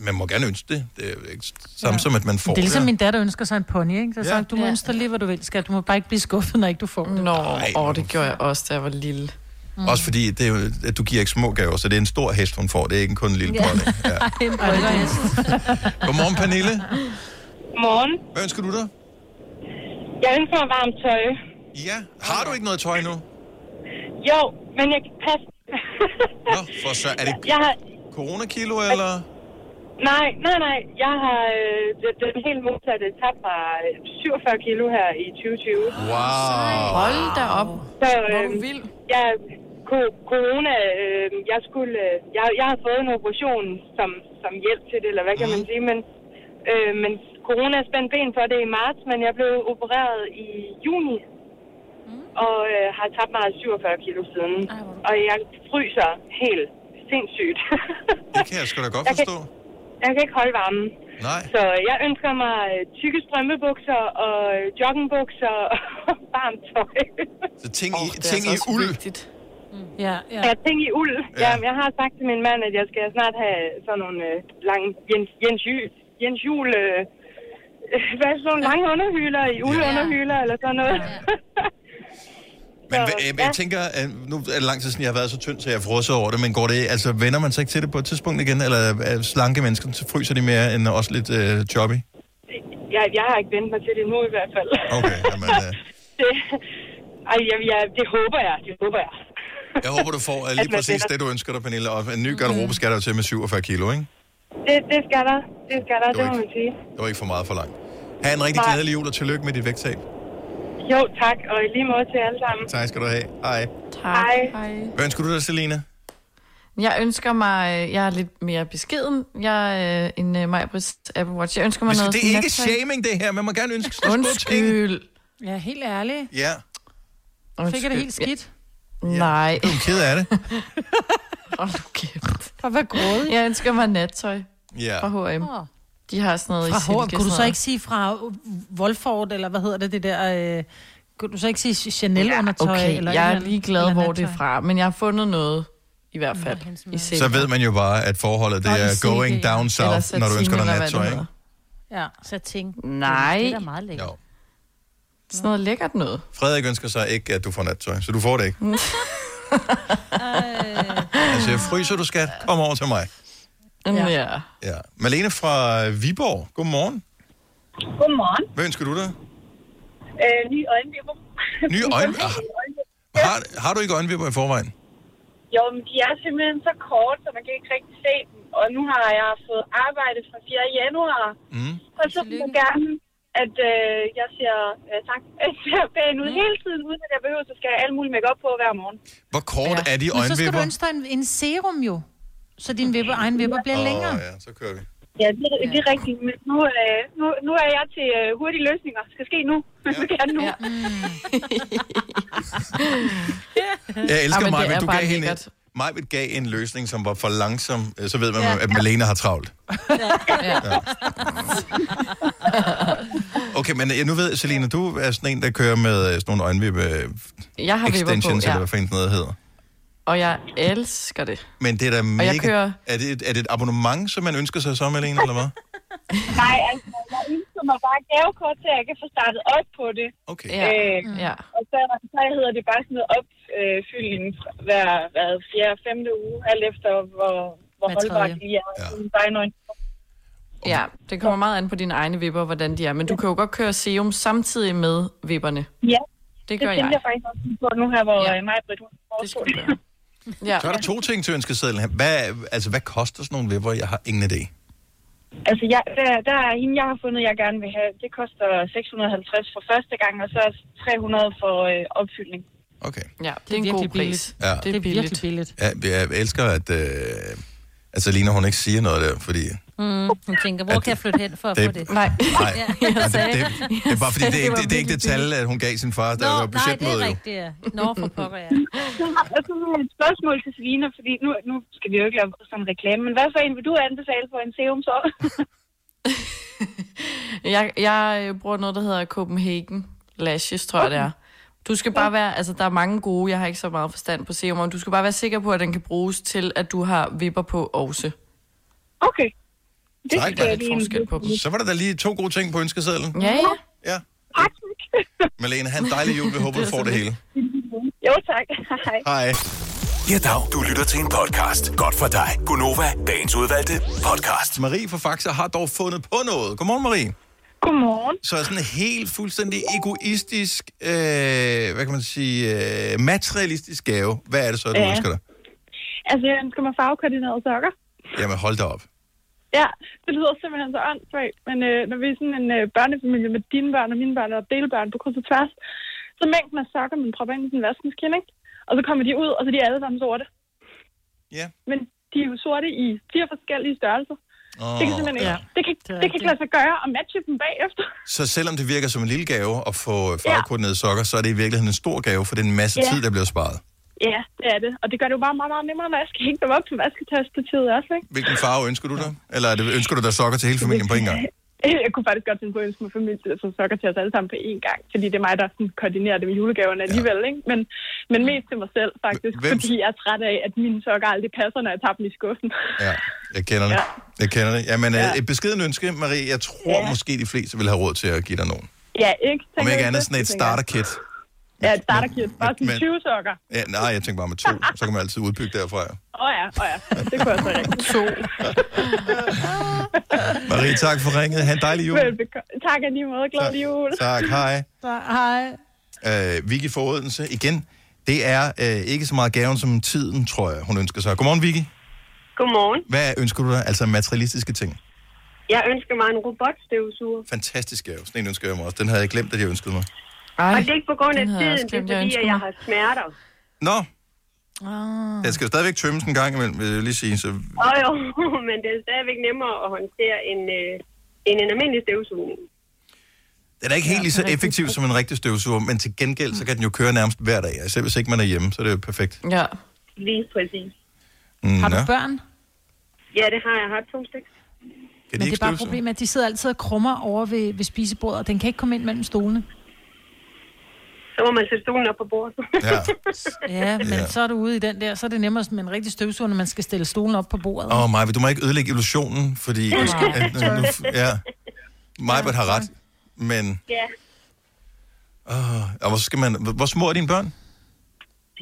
Speaker 1: man må gerne ønske det. Det er jo ikke samme ja. som, at man får
Speaker 4: det er ligesom min datter ønsker sig en pony, ikke? Så ja. sagt, du må
Speaker 3: Ja.
Speaker 4: ønske dig lige, hvad du vil, skat. Du må bare ikke blive skuffet, når ikke du får det.
Speaker 3: Nå, åh, det gjorde jeg også, da jeg var lille.
Speaker 1: Mm. Også fordi, det er jo, at du giver ikke små gaver, så det er en stor hest, hun får. Det er ikke kun en lille ja. pony. Ja. Godmorgen, Pernille.
Speaker 17: Morgen.
Speaker 1: Hvad ønsker du dig?
Speaker 17: Jeg ønsker mig varmt tøj.
Speaker 1: Ja. Har du ikke noget tøj nu?
Speaker 17: Jo, men jeg kan passe.
Speaker 1: Nå, for så er det
Speaker 17: Jeg har...
Speaker 1: coronakilo, eller?
Speaker 17: Nej, nej, nej. Jeg har øh, det, det er den helt modsatte tabt fra øh, 47 kilo her i 2020.
Speaker 1: Wow.
Speaker 3: Hold da op.
Speaker 17: Så, øh, vild. Jeg, co- corona, øh, jeg skulle, øh, jeg, jeg har fået en operation som, som hjælp til det, eller hvad kan man
Speaker 3: Mhm.
Speaker 17: sige, men, øh, men corona spændte ben for det i marts, men jeg blev opereret i juni,
Speaker 3: Mhm.
Speaker 17: og øh, har tabt mig 47 kilo siden. Og jeg fryser helt sindssygt.
Speaker 1: Det kan jeg sgu da godt
Speaker 17: Jeg kan-
Speaker 1: forstå.
Speaker 17: jeg kan ikke holde varmen.
Speaker 1: Nej.
Speaker 17: Så jeg ønsker mig øh, tykke strømmebukser og øh, joggingbukser og varmt tøj.
Speaker 1: Så ting i, ting
Speaker 3: altså
Speaker 1: i uld. Vigtigt.
Speaker 4: Ja,
Speaker 17: Ja. Jeg tænker i uld.
Speaker 1: Ja.
Speaker 17: Ja. Jamen, jeg har sagt til min mand, at jeg skal snart have sådan nogle øh, lange Jens, Jens, Jul- Jens Jul... Øh, hvad er sådan nogle lange underhylder i uldunderhylder eller sådan noget.
Speaker 1: Men hva- jeg, jeg tænker, at nu er det lang tid siden, jeg har været så tynd, så jeg frosset over det, men går det, altså vender man sig ikke til det på et tidspunkt igen, eller er slanke mennesker, så fryser de mere end også lidt øh, choppy?
Speaker 17: Jeg, jeg har ikke vendt mig til det nu i hvert fald.
Speaker 1: Okay, jamen, øh,
Speaker 17: det, ej, jeg, jeg, det håber jeg, det håber jeg.
Speaker 1: jeg håber, du får øh,
Speaker 17: At
Speaker 1: lige
Speaker 17: man
Speaker 1: præcis
Speaker 17: vender-
Speaker 1: det, du ønsker dig, Pernille, og en ny garderobe skal der jo til med 47 kilo, ikke?
Speaker 17: Det, det skal der, det skal der, det må man sige.
Speaker 1: Det var ikke for meget for langt. Ha' en rigtig
Speaker 17: Nej.
Speaker 1: glædelig jul, og tillykke med dit vægttab.
Speaker 17: Jo, tak, og i lige måde til alle sammen.
Speaker 1: Tak skal du have. Hej.
Speaker 3: Hej. Hej.
Speaker 1: Hvad ønsker du dig, Selina?
Speaker 3: Jeg ønsker mig, øh, jeg er lidt mere beskeden, jeg er øh, en øh, Majbrist Apple Watch. Jeg ønsker mig
Speaker 1: Hvis-
Speaker 3: noget...
Speaker 1: det er
Speaker 3: sådan
Speaker 1: ikke
Speaker 3: nattøj.
Speaker 1: shaming, det her. Man må gerne ønske sig små ting.
Speaker 3: Undskyld.
Speaker 4: Ja, helt ærligt.
Speaker 1: Ja.
Speaker 4: Fik jeg det helt skidt?
Speaker 3: Ja. Nej. Du
Speaker 1: er ked af det.
Speaker 3: Åh, du kæft.
Speaker 4: Og hvad grådig.
Speaker 3: Jeg ønsker mig nattøj
Speaker 1: Ja.
Speaker 3: fra H&M.
Speaker 4: Åh.
Speaker 3: De har sådan noget i
Speaker 4: Fra
Speaker 3: silke.
Speaker 4: H- kunne du
Speaker 3: sådan
Speaker 4: så
Speaker 3: noget.
Speaker 4: ikke sige fra øh, Wolford, eller hvad hedder det, det der... Øh, kunne du så ikke sige Chanel-undertøj?
Speaker 3: Okay,
Speaker 4: eller
Speaker 3: jeg er
Speaker 4: eller-
Speaker 3: lige glad,
Speaker 4: eller
Speaker 3: hvor det er
Speaker 4: nattøj?
Speaker 3: fra, men jeg har fundet noget, i hvert fald, i silke.
Speaker 1: Så ved man jo bare, at forholdet det
Speaker 3: Og i
Speaker 1: er
Speaker 3: silke,
Speaker 1: going
Speaker 3: ja.
Speaker 1: down
Speaker 3: Eller
Speaker 1: south, når du
Speaker 3: satin,
Speaker 1: ønsker dig
Speaker 3: eller hvad
Speaker 1: nattøj,
Speaker 3: det
Speaker 1: ikke?
Speaker 4: Ja, så ting.
Speaker 3: Nej.
Speaker 2: Det er da meget lækkert.
Speaker 3: Sådan noget lækkert noget.
Speaker 1: Frederik ønsker sig ikke, at du får nattøj, så du får det ikke. altså, jeg fryser, du skat. Kom over til mig.
Speaker 3: Ja. ja.
Speaker 1: Ja. Malene fra Viborg, godmorgen.
Speaker 15: Godmorgen.
Speaker 1: Hvad ønsker du dig?
Speaker 15: Øh, ny øjenvipper.
Speaker 1: Nye øjen- Ah. Har, har du ikke øjenvipper i forvejen?
Speaker 15: Jo, men de er simpelthen så kort, så man kan ikke rigtig se dem. Og nu har jeg fået arbejde fra 4. januar.
Speaker 1: Mm.
Speaker 15: Og så vil jeg gerne, at øh, jeg ser, øh, tak, jeg ser pæn ud hele tiden, uden at jeg behøver at skal have alle mulige makeup på hver morgen.
Speaker 1: Hvor kort ja. er
Speaker 4: Men
Speaker 1: de
Speaker 4: så skal du
Speaker 1: øjenvipper?
Speaker 4: ønske dig en, en serum jo, så din vipper, egen vipper bliver
Speaker 1: Åh,
Speaker 4: længere.
Speaker 1: ja, så kører vi.
Speaker 15: Ja, det, ja. det er rigtigt. Men nu, øh, nu, nu er jeg til øh, hurtige løsninger. Skal ske nu. Ja. gerne nu. Ja.
Speaker 1: Jeg elsker
Speaker 3: Ah, men
Speaker 1: mig,
Speaker 3: det
Speaker 1: men
Speaker 3: er
Speaker 1: du
Speaker 3: bare
Speaker 1: gav hende...
Speaker 3: lækkert.
Speaker 1: Majbet gav en løsning, som var for langsom, øh, så ved man, ja. at Malene har travlt. Okay, men øh, nu ved jeg, Selina, du er sådan en, der kører med øh, sådan nogle øjenvippe øh,
Speaker 3: Jeg har vipper på,
Speaker 1: extensions,
Speaker 3: ja.
Speaker 1: eller hvad fanden noget hedder.
Speaker 3: Og jeg elsker det.
Speaker 1: Men det er da mega...
Speaker 3: jeg kører-
Speaker 1: Er, det et, er det et abonnement, som man ønsker sig som, Malene, eller hvad?
Speaker 15: Nej, altså, jeg ønsker mig bare et gavekort til, at jeg kan få startet op på det.
Speaker 1: Okay.
Speaker 15: Ja. Øh,
Speaker 3: ja.
Speaker 15: Og så, så hedder det bare sådan noget opfyldning øh, hver, hver fjerde, femte uge, alt efter hvor, hvor
Speaker 3: Hver
Speaker 15: holdbart
Speaker 3: tredje.
Speaker 15: de er. Ja.
Speaker 3: Ja, det kommer meget an på dine egne vipper, hvordan de er. Men du kan jo godt køre serum samtidig med vipperne.
Speaker 15: ja.
Speaker 3: Det gør
Speaker 15: det tænker
Speaker 3: jeg.
Speaker 15: jeg faktisk også på nu her, hvor
Speaker 3: Ja.
Speaker 15: ja. mig Britt, hun det skal det.
Speaker 3: Ja.
Speaker 1: Så er der to ting til ønskesedlen her. Hvad, altså, hvad koster sådan nogle vipper? Jeg har ingen idé.
Speaker 15: Altså, jeg, der, der er hende, jeg har fundet, jeg gerne vil have. Det koster 650 for første gang, og så 300 for øh, opfyldning.
Speaker 1: Okay.
Speaker 3: Ja, det er en god pris.
Speaker 1: Ja.
Speaker 3: Det er billigt.
Speaker 4: billigt.
Speaker 1: Ja, jeg elsker, at, øh, at Selina, hun ikke siger noget der, fordi...
Speaker 2: Mm, hun tænker, hvor kan jeg flytte hen for at
Speaker 1: det-
Speaker 2: få det?
Speaker 3: Nej.
Speaker 1: Nej.
Speaker 2: jeg
Speaker 1: det,
Speaker 2: sagde,
Speaker 1: det, det er bare fordi, det, er
Speaker 2: var
Speaker 1: ikke- det, det er ikke det
Speaker 2: virkelig
Speaker 1: tal, at hun gav sin far,
Speaker 2: billigt.
Speaker 1: der var
Speaker 2: Nå, nej, det
Speaker 1: budgetmøde
Speaker 2: er
Speaker 1: jo.
Speaker 2: rigtigt, ja. Nå, for pokker, ja.
Speaker 15: Så har- Og så har jeg et spørgsmål til Sviner, fordi nu, nu skal vi jo ikke lave sådan en reklame, men hvad for en vil du anbefale for en serum så?
Speaker 3: Jeg, jeg øh, bruger noget, der hedder Copenhagen Lashes, tror jeg, det er. Du skal bare være, altså der er mange gode, jeg har ikke så meget forstand på serum, men du skal bare være sikker på, at den kan bruges til, at du har vipper på også.
Speaker 15: Okay.
Speaker 3: Det er der lidt forskel på dem.
Speaker 1: Så var der da lige to gode ting på ønskesedlen.
Speaker 3: Ja, ja.
Speaker 1: Ja. Malene, han dejlig jul. Vi håber, du får det hele.
Speaker 15: jo, tak. Hej.
Speaker 1: Hej.
Speaker 16: Ja, dag. Du lytter til en podcast. Godt for dig. Gunova, dagens udvalgte podcast.
Speaker 1: Marie fra Faxe har dog fundet på noget. Godmorgen, Marie.
Speaker 15: Godmorgen.
Speaker 1: Så er sådan helt fuldstændig egoistisk, øh, hvad kan man sige, øh, materialistisk gave. Hvad er det så, du
Speaker 15: Ja.
Speaker 1: ønsker dig?
Speaker 15: Altså, jeg ønsker mig farvekoordinerede sokker.
Speaker 1: Jamen, hold da op.
Speaker 15: Ja, det lyder simpelthen så åndssvagt, men øh, når vi er sådan en øh, børnefamilie med dine børn og mine børn og delebørn på kryds og tværs, så mængden af sokker, man propper ind i sådan en vaskemaskine, ikke? Og så kommer de ud, og så er de alle sammen sorte.
Speaker 1: Ja.
Speaker 15: Men de er jo sorte i fire forskellige størrelser.
Speaker 1: Åh,
Speaker 15: det kan simpelthen ikke,
Speaker 1: ja.
Speaker 15: det kan, det, det kan ikke lade sig gøre at matche dem bagefter.
Speaker 1: Så selvom det virker som en lille gave at få
Speaker 15: Ja.
Speaker 1: farvekoordinerede sokker, så er det i virkeligheden en stor gave, for det er en masse
Speaker 15: Ja.
Speaker 1: tid, der bliver sparet.
Speaker 15: Ja, det er det. Og det gør det jo bare meget, meget nemmere, når jeg skal hænge dem op på vasketastativet også, ikke?
Speaker 1: Hvilken farve ønsker du dig? Eller er det, ønsker du dig sokker til hele familien på en gang?
Speaker 15: Jeg kunne faktisk godt finde på at ønske mig familie, så sokker til os alle sammen på én gang, fordi det er mig, der sådan koordinerer det med julegaverne alligevel, ikke? Men, men mest til mig selv, faktisk,
Speaker 1: Hvem-
Speaker 15: fordi jeg er træt af, at mine sokker aldrig passer, når jeg tager dem i skuffen.
Speaker 1: Ja, jeg kender det. Jeg kender det. Jamen, ja. et beskeden ønske, Marie. Jeg tror ja. måske, de fleste vil have råd til at give dig nogen.
Speaker 15: Ja, ikke?
Speaker 1: Om
Speaker 15: Tænker
Speaker 1: ikke
Speaker 15: du
Speaker 1: andet
Speaker 15: det?
Speaker 1: sådan et
Speaker 15: Tænker jeg.
Speaker 1: starterkit.
Speaker 15: Ja, et starterkit. Bare sådan 20
Speaker 1: men-
Speaker 15: sokker.
Speaker 1: Ja, nej, jeg tænker bare med to, så kan man altid udbygge derfra. ja.
Speaker 15: Åh oh ja, åh oh ja. Det kunne jeg så rigtigt.
Speaker 3: To.
Speaker 1: Marie, tak for ringet. Ha' en dejlig jul.
Speaker 15: Velbekomme. Tak af lige måde. Glædelig jul.
Speaker 1: Tak, hej.
Speaker 4: Hej.
Speaker 1: Øh, Vicky fra Odense igen. Det er øh, ikke så meget gaven som tiden, tror jeg, hun ønsker sig. Godmorgen, Vicky.
Speaker 17: Godmorgen.
Speaker 1: Hvad ønsker du dig? Altså materialistiske ting.
Speaker 17: Jeg ønsker mig en robotstøvsuger.
Speaker 1: Fantastisk gave. Sådan en ønsker jeg mig også. Den havde jeg glemt, at jeg ønskede mig.
Speaker 17: Ej, og det er ikke på grund af
Speaker 3: den havde jeg
Speaker 17: tiden,
Speaker 3: også
Speaker 17: det er
Speaker 3: glemt, jeg
Speaker 17: fordi, at
Speaker 3: ønskede
Speaker 17: jeg
Speaker 3: mig.
Speaker 17: har smerter.
Speaker 1: Nå,
Speaker 4: Ah.
Speaker 1: den skal jo stadigvæk tømmes en gang imellem, vil jeg lige sige. Så
Speaker 17: Og jo, men det er stadigvæk nemmere at håndtere en, øh, end en almindelig støvsugning.
Speaker 1: Den er ikke helt lige så effektiv som en rigtig støvsuger, men til gengæld, så kan den jo køre nærmest hver dag. Selv hvis ikke man er hjemme, så er det jo perfekt.
Speaker 3: Ja.
Speaker 17: Lige præcis.
Speaker 4: Har du
Speaker 1: Nå.
Speaker 4: børn?
Speaker 17: Ja, det har jeg. Jeg har to stykker.
Speaker 1: Kan
Speaker 4: Men
Speaker 1: de
Speaker 4: det
Speaker 1: ikke
Speaker 4: er bare
Speaker 1: støvsuge?
Speaker 4: problemet, at de sidder altid og krummer over ved, ved spisebordet, og den kan ikke komme ind mellem stolene.
Speaker 17: Så må man sætte stolen op på bordet.
Speaker 1: Ja.
Speaker 4: Ja, men
Speaker 1: Ja.
Speaker 4: ja. så er du ude i den der, så er det nemmere med en rigtig støvsuger, når man skal stille stolen op på bordet.
Speaker 1: Åh, oh, Maja, du må ikke ødelægge illusionen, fordi...
Speaker 4: Nej.
Speaker 1: at- at- nu- ja. Maja har ret, men...
Speaker 17: ja.
Speaker 1: Oh, og hvor, skal man, hvor små er dine børn?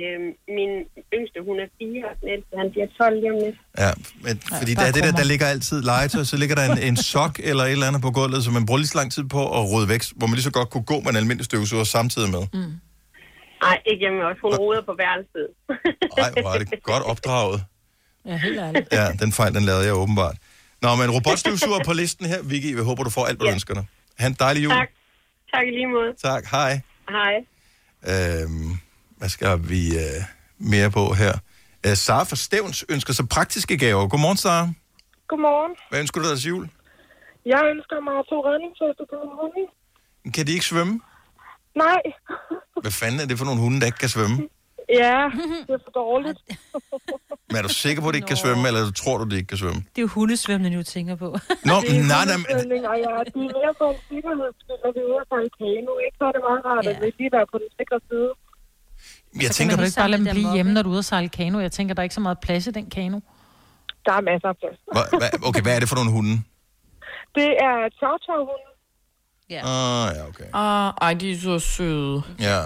Speaker 17: Øhm, min yngste, hun er fire, og den ældste, han bliver 12 lige om lidt.
Speaker 1: Ja, men, fordi
Speaker 17: der
Speaker 1: der, er
Speaker 17: er
Speaker 1: det der, der
Speaker 17: krummer.
Speaker 1: ligger altid legetøj, så ligger der en, en sok eller et eller andet på gulvet, som man bruger lige så lang tid på at rydde væk, hvor man lige så godt kunne gå med en almindelig støvsuger samtidig med.
Speaker 17: Nej, ikke hjemme også. Hun roder på værelset.
Speaker 1: Nej, hvor er det godt opdraget.
Speaker 4: Ja, helt ærligt.
Speaker 1: Ja, den fejl, den lavede jeg åbenbart. Nå, men robotstøvsuger på listen her. Vicky, vi håber, du får alt, hvad du ønsker dig. Ha' en dejlig jul.
Speaker 17: Tak. Tak i lige måde.
Speaker 1: Tak, hej.
Speaker 17: Hej.
Speaker 1: Øhm, hvad skal vi øh, mere på her? Øh, Sara fra Stævns ønsker sig praktiske gaver. Godmorgen, Sara.
Speaker 15: Godmorgen.
Speaker 1: Hvad ønsker du dig til jul?
Speaker 15: Jeg ønsker mig to redningsveste på min hund.
Speaker 1: Kan de ikke svømme?
Speaker 15: Nej,
Speaker 1: Hvad fanden er det for nogle hunde, der ikke kan svømme?
Speaker 15: Ja, det er for dårligt.
Speaker 1: Men er du sikker på, at de ikke kan svømme, eller tror du, de ikke kan svømme?
Speaker 2: Det er jo hundesvømmende, du tænker på.
Speaker 1: Nå, nej, nej, men-
Speaker 15: men... Og ja, de er mere på en sikkerhedsskyld, når vi er ude og tage i kano, ikke? Så er det meget rart, at vi lige være på den sikre side.
Speaker 1: Jeg
Speaker 4: så tænker,
Speaker 1: tænker,
Speaker 4: kan du ikke bare lade dem blive hjemme, når du er ude og sejle kano? Jeg tænker, der er ikke så meget plads i den kano.
Speaker 15: Der er masser af plads.
Speaker 1: hva, hva, okay, hvad er det for nogle hunde?
Speaker 15: Det er chow chow
Speaker 1: Ja. Ah, ja, okay.
Speaker 3: Ah, ej, de er så søde.
Speaker 1: Ja.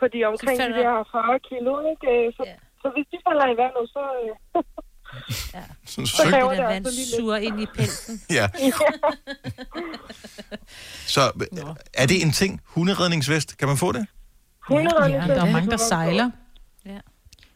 Speaker 15: på de omkring de der 40 kilo, ikke? Øh, Så, yeah. så hvis de falder i vandet, så... øh,
Speaker 1: Sådan
Speaker 15: Så
Speaker 1: sødt.
Speaker 15: laver
Speaker 2: Det
Speaker 15: det
Speaker 2: der
Speaker 15: altså
Speaker 2: vand
Speaker 15: lige lidt.
Speaker 2: suger ind i pelsen.
Speaker 1: Ja, så øh,
Speaker 2: Nå.
Speaker 1: er det en ting? Hunderedningsvest? Kan man få det?
Speaker 4: Ja, men der er mange, der sejler.
Speaker 2: Ja.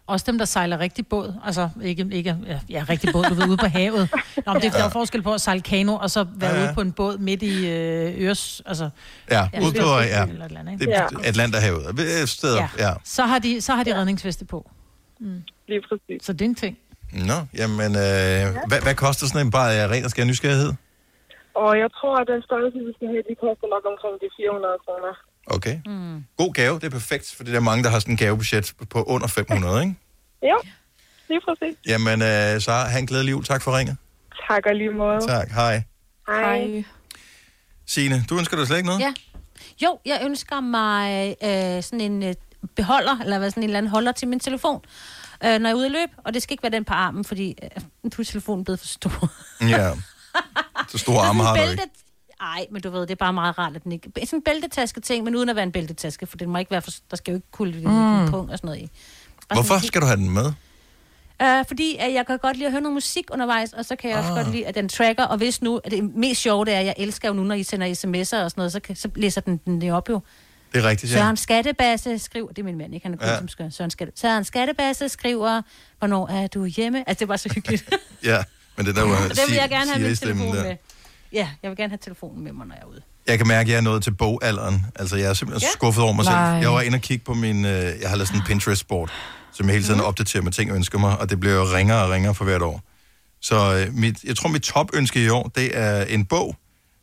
Speaker 4: Også dem, der sejler rigtig båd. Altså, ikke, ikke ja, ja, rigtig båd, du ved, ude på havet. Nå, men det er, der er jo forskel på at sejle kano, og så være
Speaker 1: Ja,
Speaker 4: ja.
Speaker 1: ja.
Speaker 4: ude på en båd midt i øh, Øres... Altså,
Speaker 1: Ja, ude på ja.
Speaker 4: Eller et eller andet, ikke?
Speaker 1: Det er Atlanterhavet. Det er Steder, ja.
Speaker 4: Så har de, så har de redningsveste på. Mm.
Speaker 15: Lige præcis.
Speaker 4: Så det er en ting.
Speaker 1: Nå, jamen, øh, hvad, hvad koster sådan en bare af ren og skær nysgerrighed?
Speaker 15: Og jeg tror, at den størrelse, vi skal have, de koster nok omkring de 400 kroner.
Speaker 1: Okay.
Speaker 15: Mm.
Speaker 1: God gave, det er perfekt, fordi der er mange, der har sådan en gavebudget på under 500, ikke?
Speaker 15: Jo, lige præcis.
Speaker 1: Jamen, øh, så han glædelig jul. Tak for ringet.
Speaker 15: Tak og lige måde.
Speaker 1: Tak, hej.
Speaker 15: Hej.
Speaker 1: Signe, du ønsker dig slet ikke noget?
Speaker 2: Ja. Jo, jeg ønsker mig øh, sådan en øh, beholder, eller hvad, sådan en eller anden holder til min telefon, øh, når jeg er ude at løbe. Og det skal ikke være den på armen, fordi øh, nu er telefonen blevet for stor.
Speaker 1: Ja. Så store arme har du ikke.
Speaker 2: Nej, men du ved, det er bare meget rart, at den ikke... Sådan en bæltetaske-ting, men uden at være en bæltetaske, for den må ikke være for... Der skal jo ikke kunne ligge en
Speaker 1: Mm.
Speaker 2: pung og sådan noget i.
Speaker 1: Hvorfor skal du have den med?
Speaker 2: Øh, fordi at jeg kan godt lide at høre noget musik undervejs, og så kan jeg ah. også godt lide, at den tracker. Og hvis nu, at det mest sjove det er, at jeg elsker jo nu, når I sender sms'er og sådan noget, så, kan, så læser den, den det op jo.
Speaker 1: Det er rigtigt, ja.
Speaker 2: Søren Skattebasse skriver, det er min mand, ikke? Han er god
Speaker 1: Ja.
Speaker 2: ja. som skøn. Søren, Skatte, Søren Skattebasse skriver, hvornår er du hjemme? Altså, det var så hyggeligt.
Speaker 1: Ja, men det der var
Speaker 2: og det vil jeg gerne have min
Speaker 1: Siri-stemmen
Speaker 2: telefon
Speaker 1: der.
Speaker 2: med. Ja, jeg vil gerne have telefonen med mig, når jeg er ude.
Speaker 1: Jeg kan mærke, at jeg er nået til bogalderen. Altså, jeg er simpelthen
Speaker 2: Ja.
Speaker 1: skuffet over mig selv.
Speaker 2: Nej.
Speaker 1: Jeg var inde og kigge på min... Øh, jeg har lavet sådan en Pinterest-board, som jeg hele
Speaker 2: Mhm.
Speaker 1: tiden opdaterer med ting, jeg ønsker mig, og det bliver jo ringere og ringere for hvert år. Så øh, mit, jeg tror, mit topønske i år, det er en bog,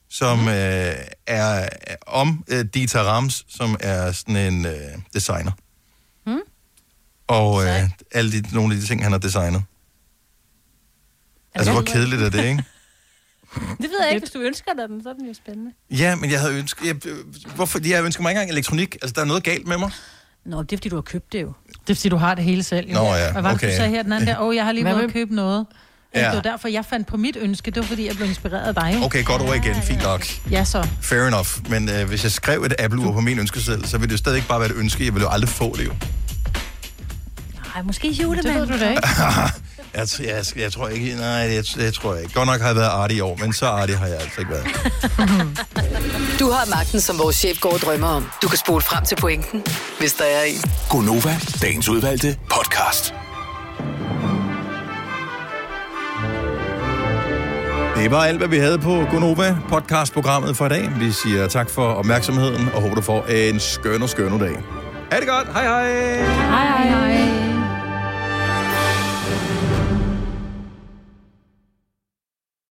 Speaker 1: som
Speaker 2: Mhm.
Speaker 1: mm. øh, er om øh, Dita Rams, som er sådan en øh, designer.
Speaker 2: Mm.
Speaker 1: Og øh, alle de, nogle af de ting, han har designet. Altså, hvor kedeligt er det, ikke?
Speaker 2: Det ved jeg ikke, hvis du ønsker dig den, så er den jo spændende.
Speaker 1: Ja, men jeg havde ønsket... Jeg, øh, hvorfor, jeg ønsker mig ikke engang elektronik. Altså, der er noget galt med mig.
Speaker 2: Nå, det er, fordi du har købt det jo.
Speaker 4: Det er, fordi du har det hele selv. jo.
Speaker 1: Nå ja,
Speaker 4: Hvad var det,
Speaker 1: okay.
Speaker 4: du sagde her den anden der? Åh, oh, jeg har lige
Speaker 1: Hvad
Speaker 4: været
Speaker 1: med-
Speaker 4: at købe noget.
Speaker 1: Ja.
Speaker 4: Ja. Det var derfor, jeg fandt på mit ønske. Det var, fordi jeg blev inspireret af dig. jo.
Speaker 1: Okay, godt ord igen. Fint nok.
Speaker 4: Ja, så.
Speaker 1: Fair enough. Men øh, hvis jeg skrev et Apple-ur på min ønskeseddel, så ville det jo stadig ikke bare være et ønske. Jeg ville jo aldrig få det jo.
Speaker 2: Nej, måske julemanden.
Speaker 4: Det ved du da ikke.
Speaker 1: Jeg, t- jeg, jeg tror ikke... Nej, jeg, jeg tror ikke. Godt nok har jeg været artig i år, men så artig har jeg altså ikke været.
Speaker 5: Du har magten, som vores chef går og drømmer om. Du kan spole frem til pointen, hvis der er en.
Speaker 16: Gonova, dagens udvalgte podcast.
Speaker 1: Det var alt, hvad vi havde på Gonova podcastprogrammet for i dag. Vi siger tak for opmærksomheden og håber, du får en skøn og skøn dag. Ha' det godt. Hej hej.
Speaker 2: Hej, hej, hej.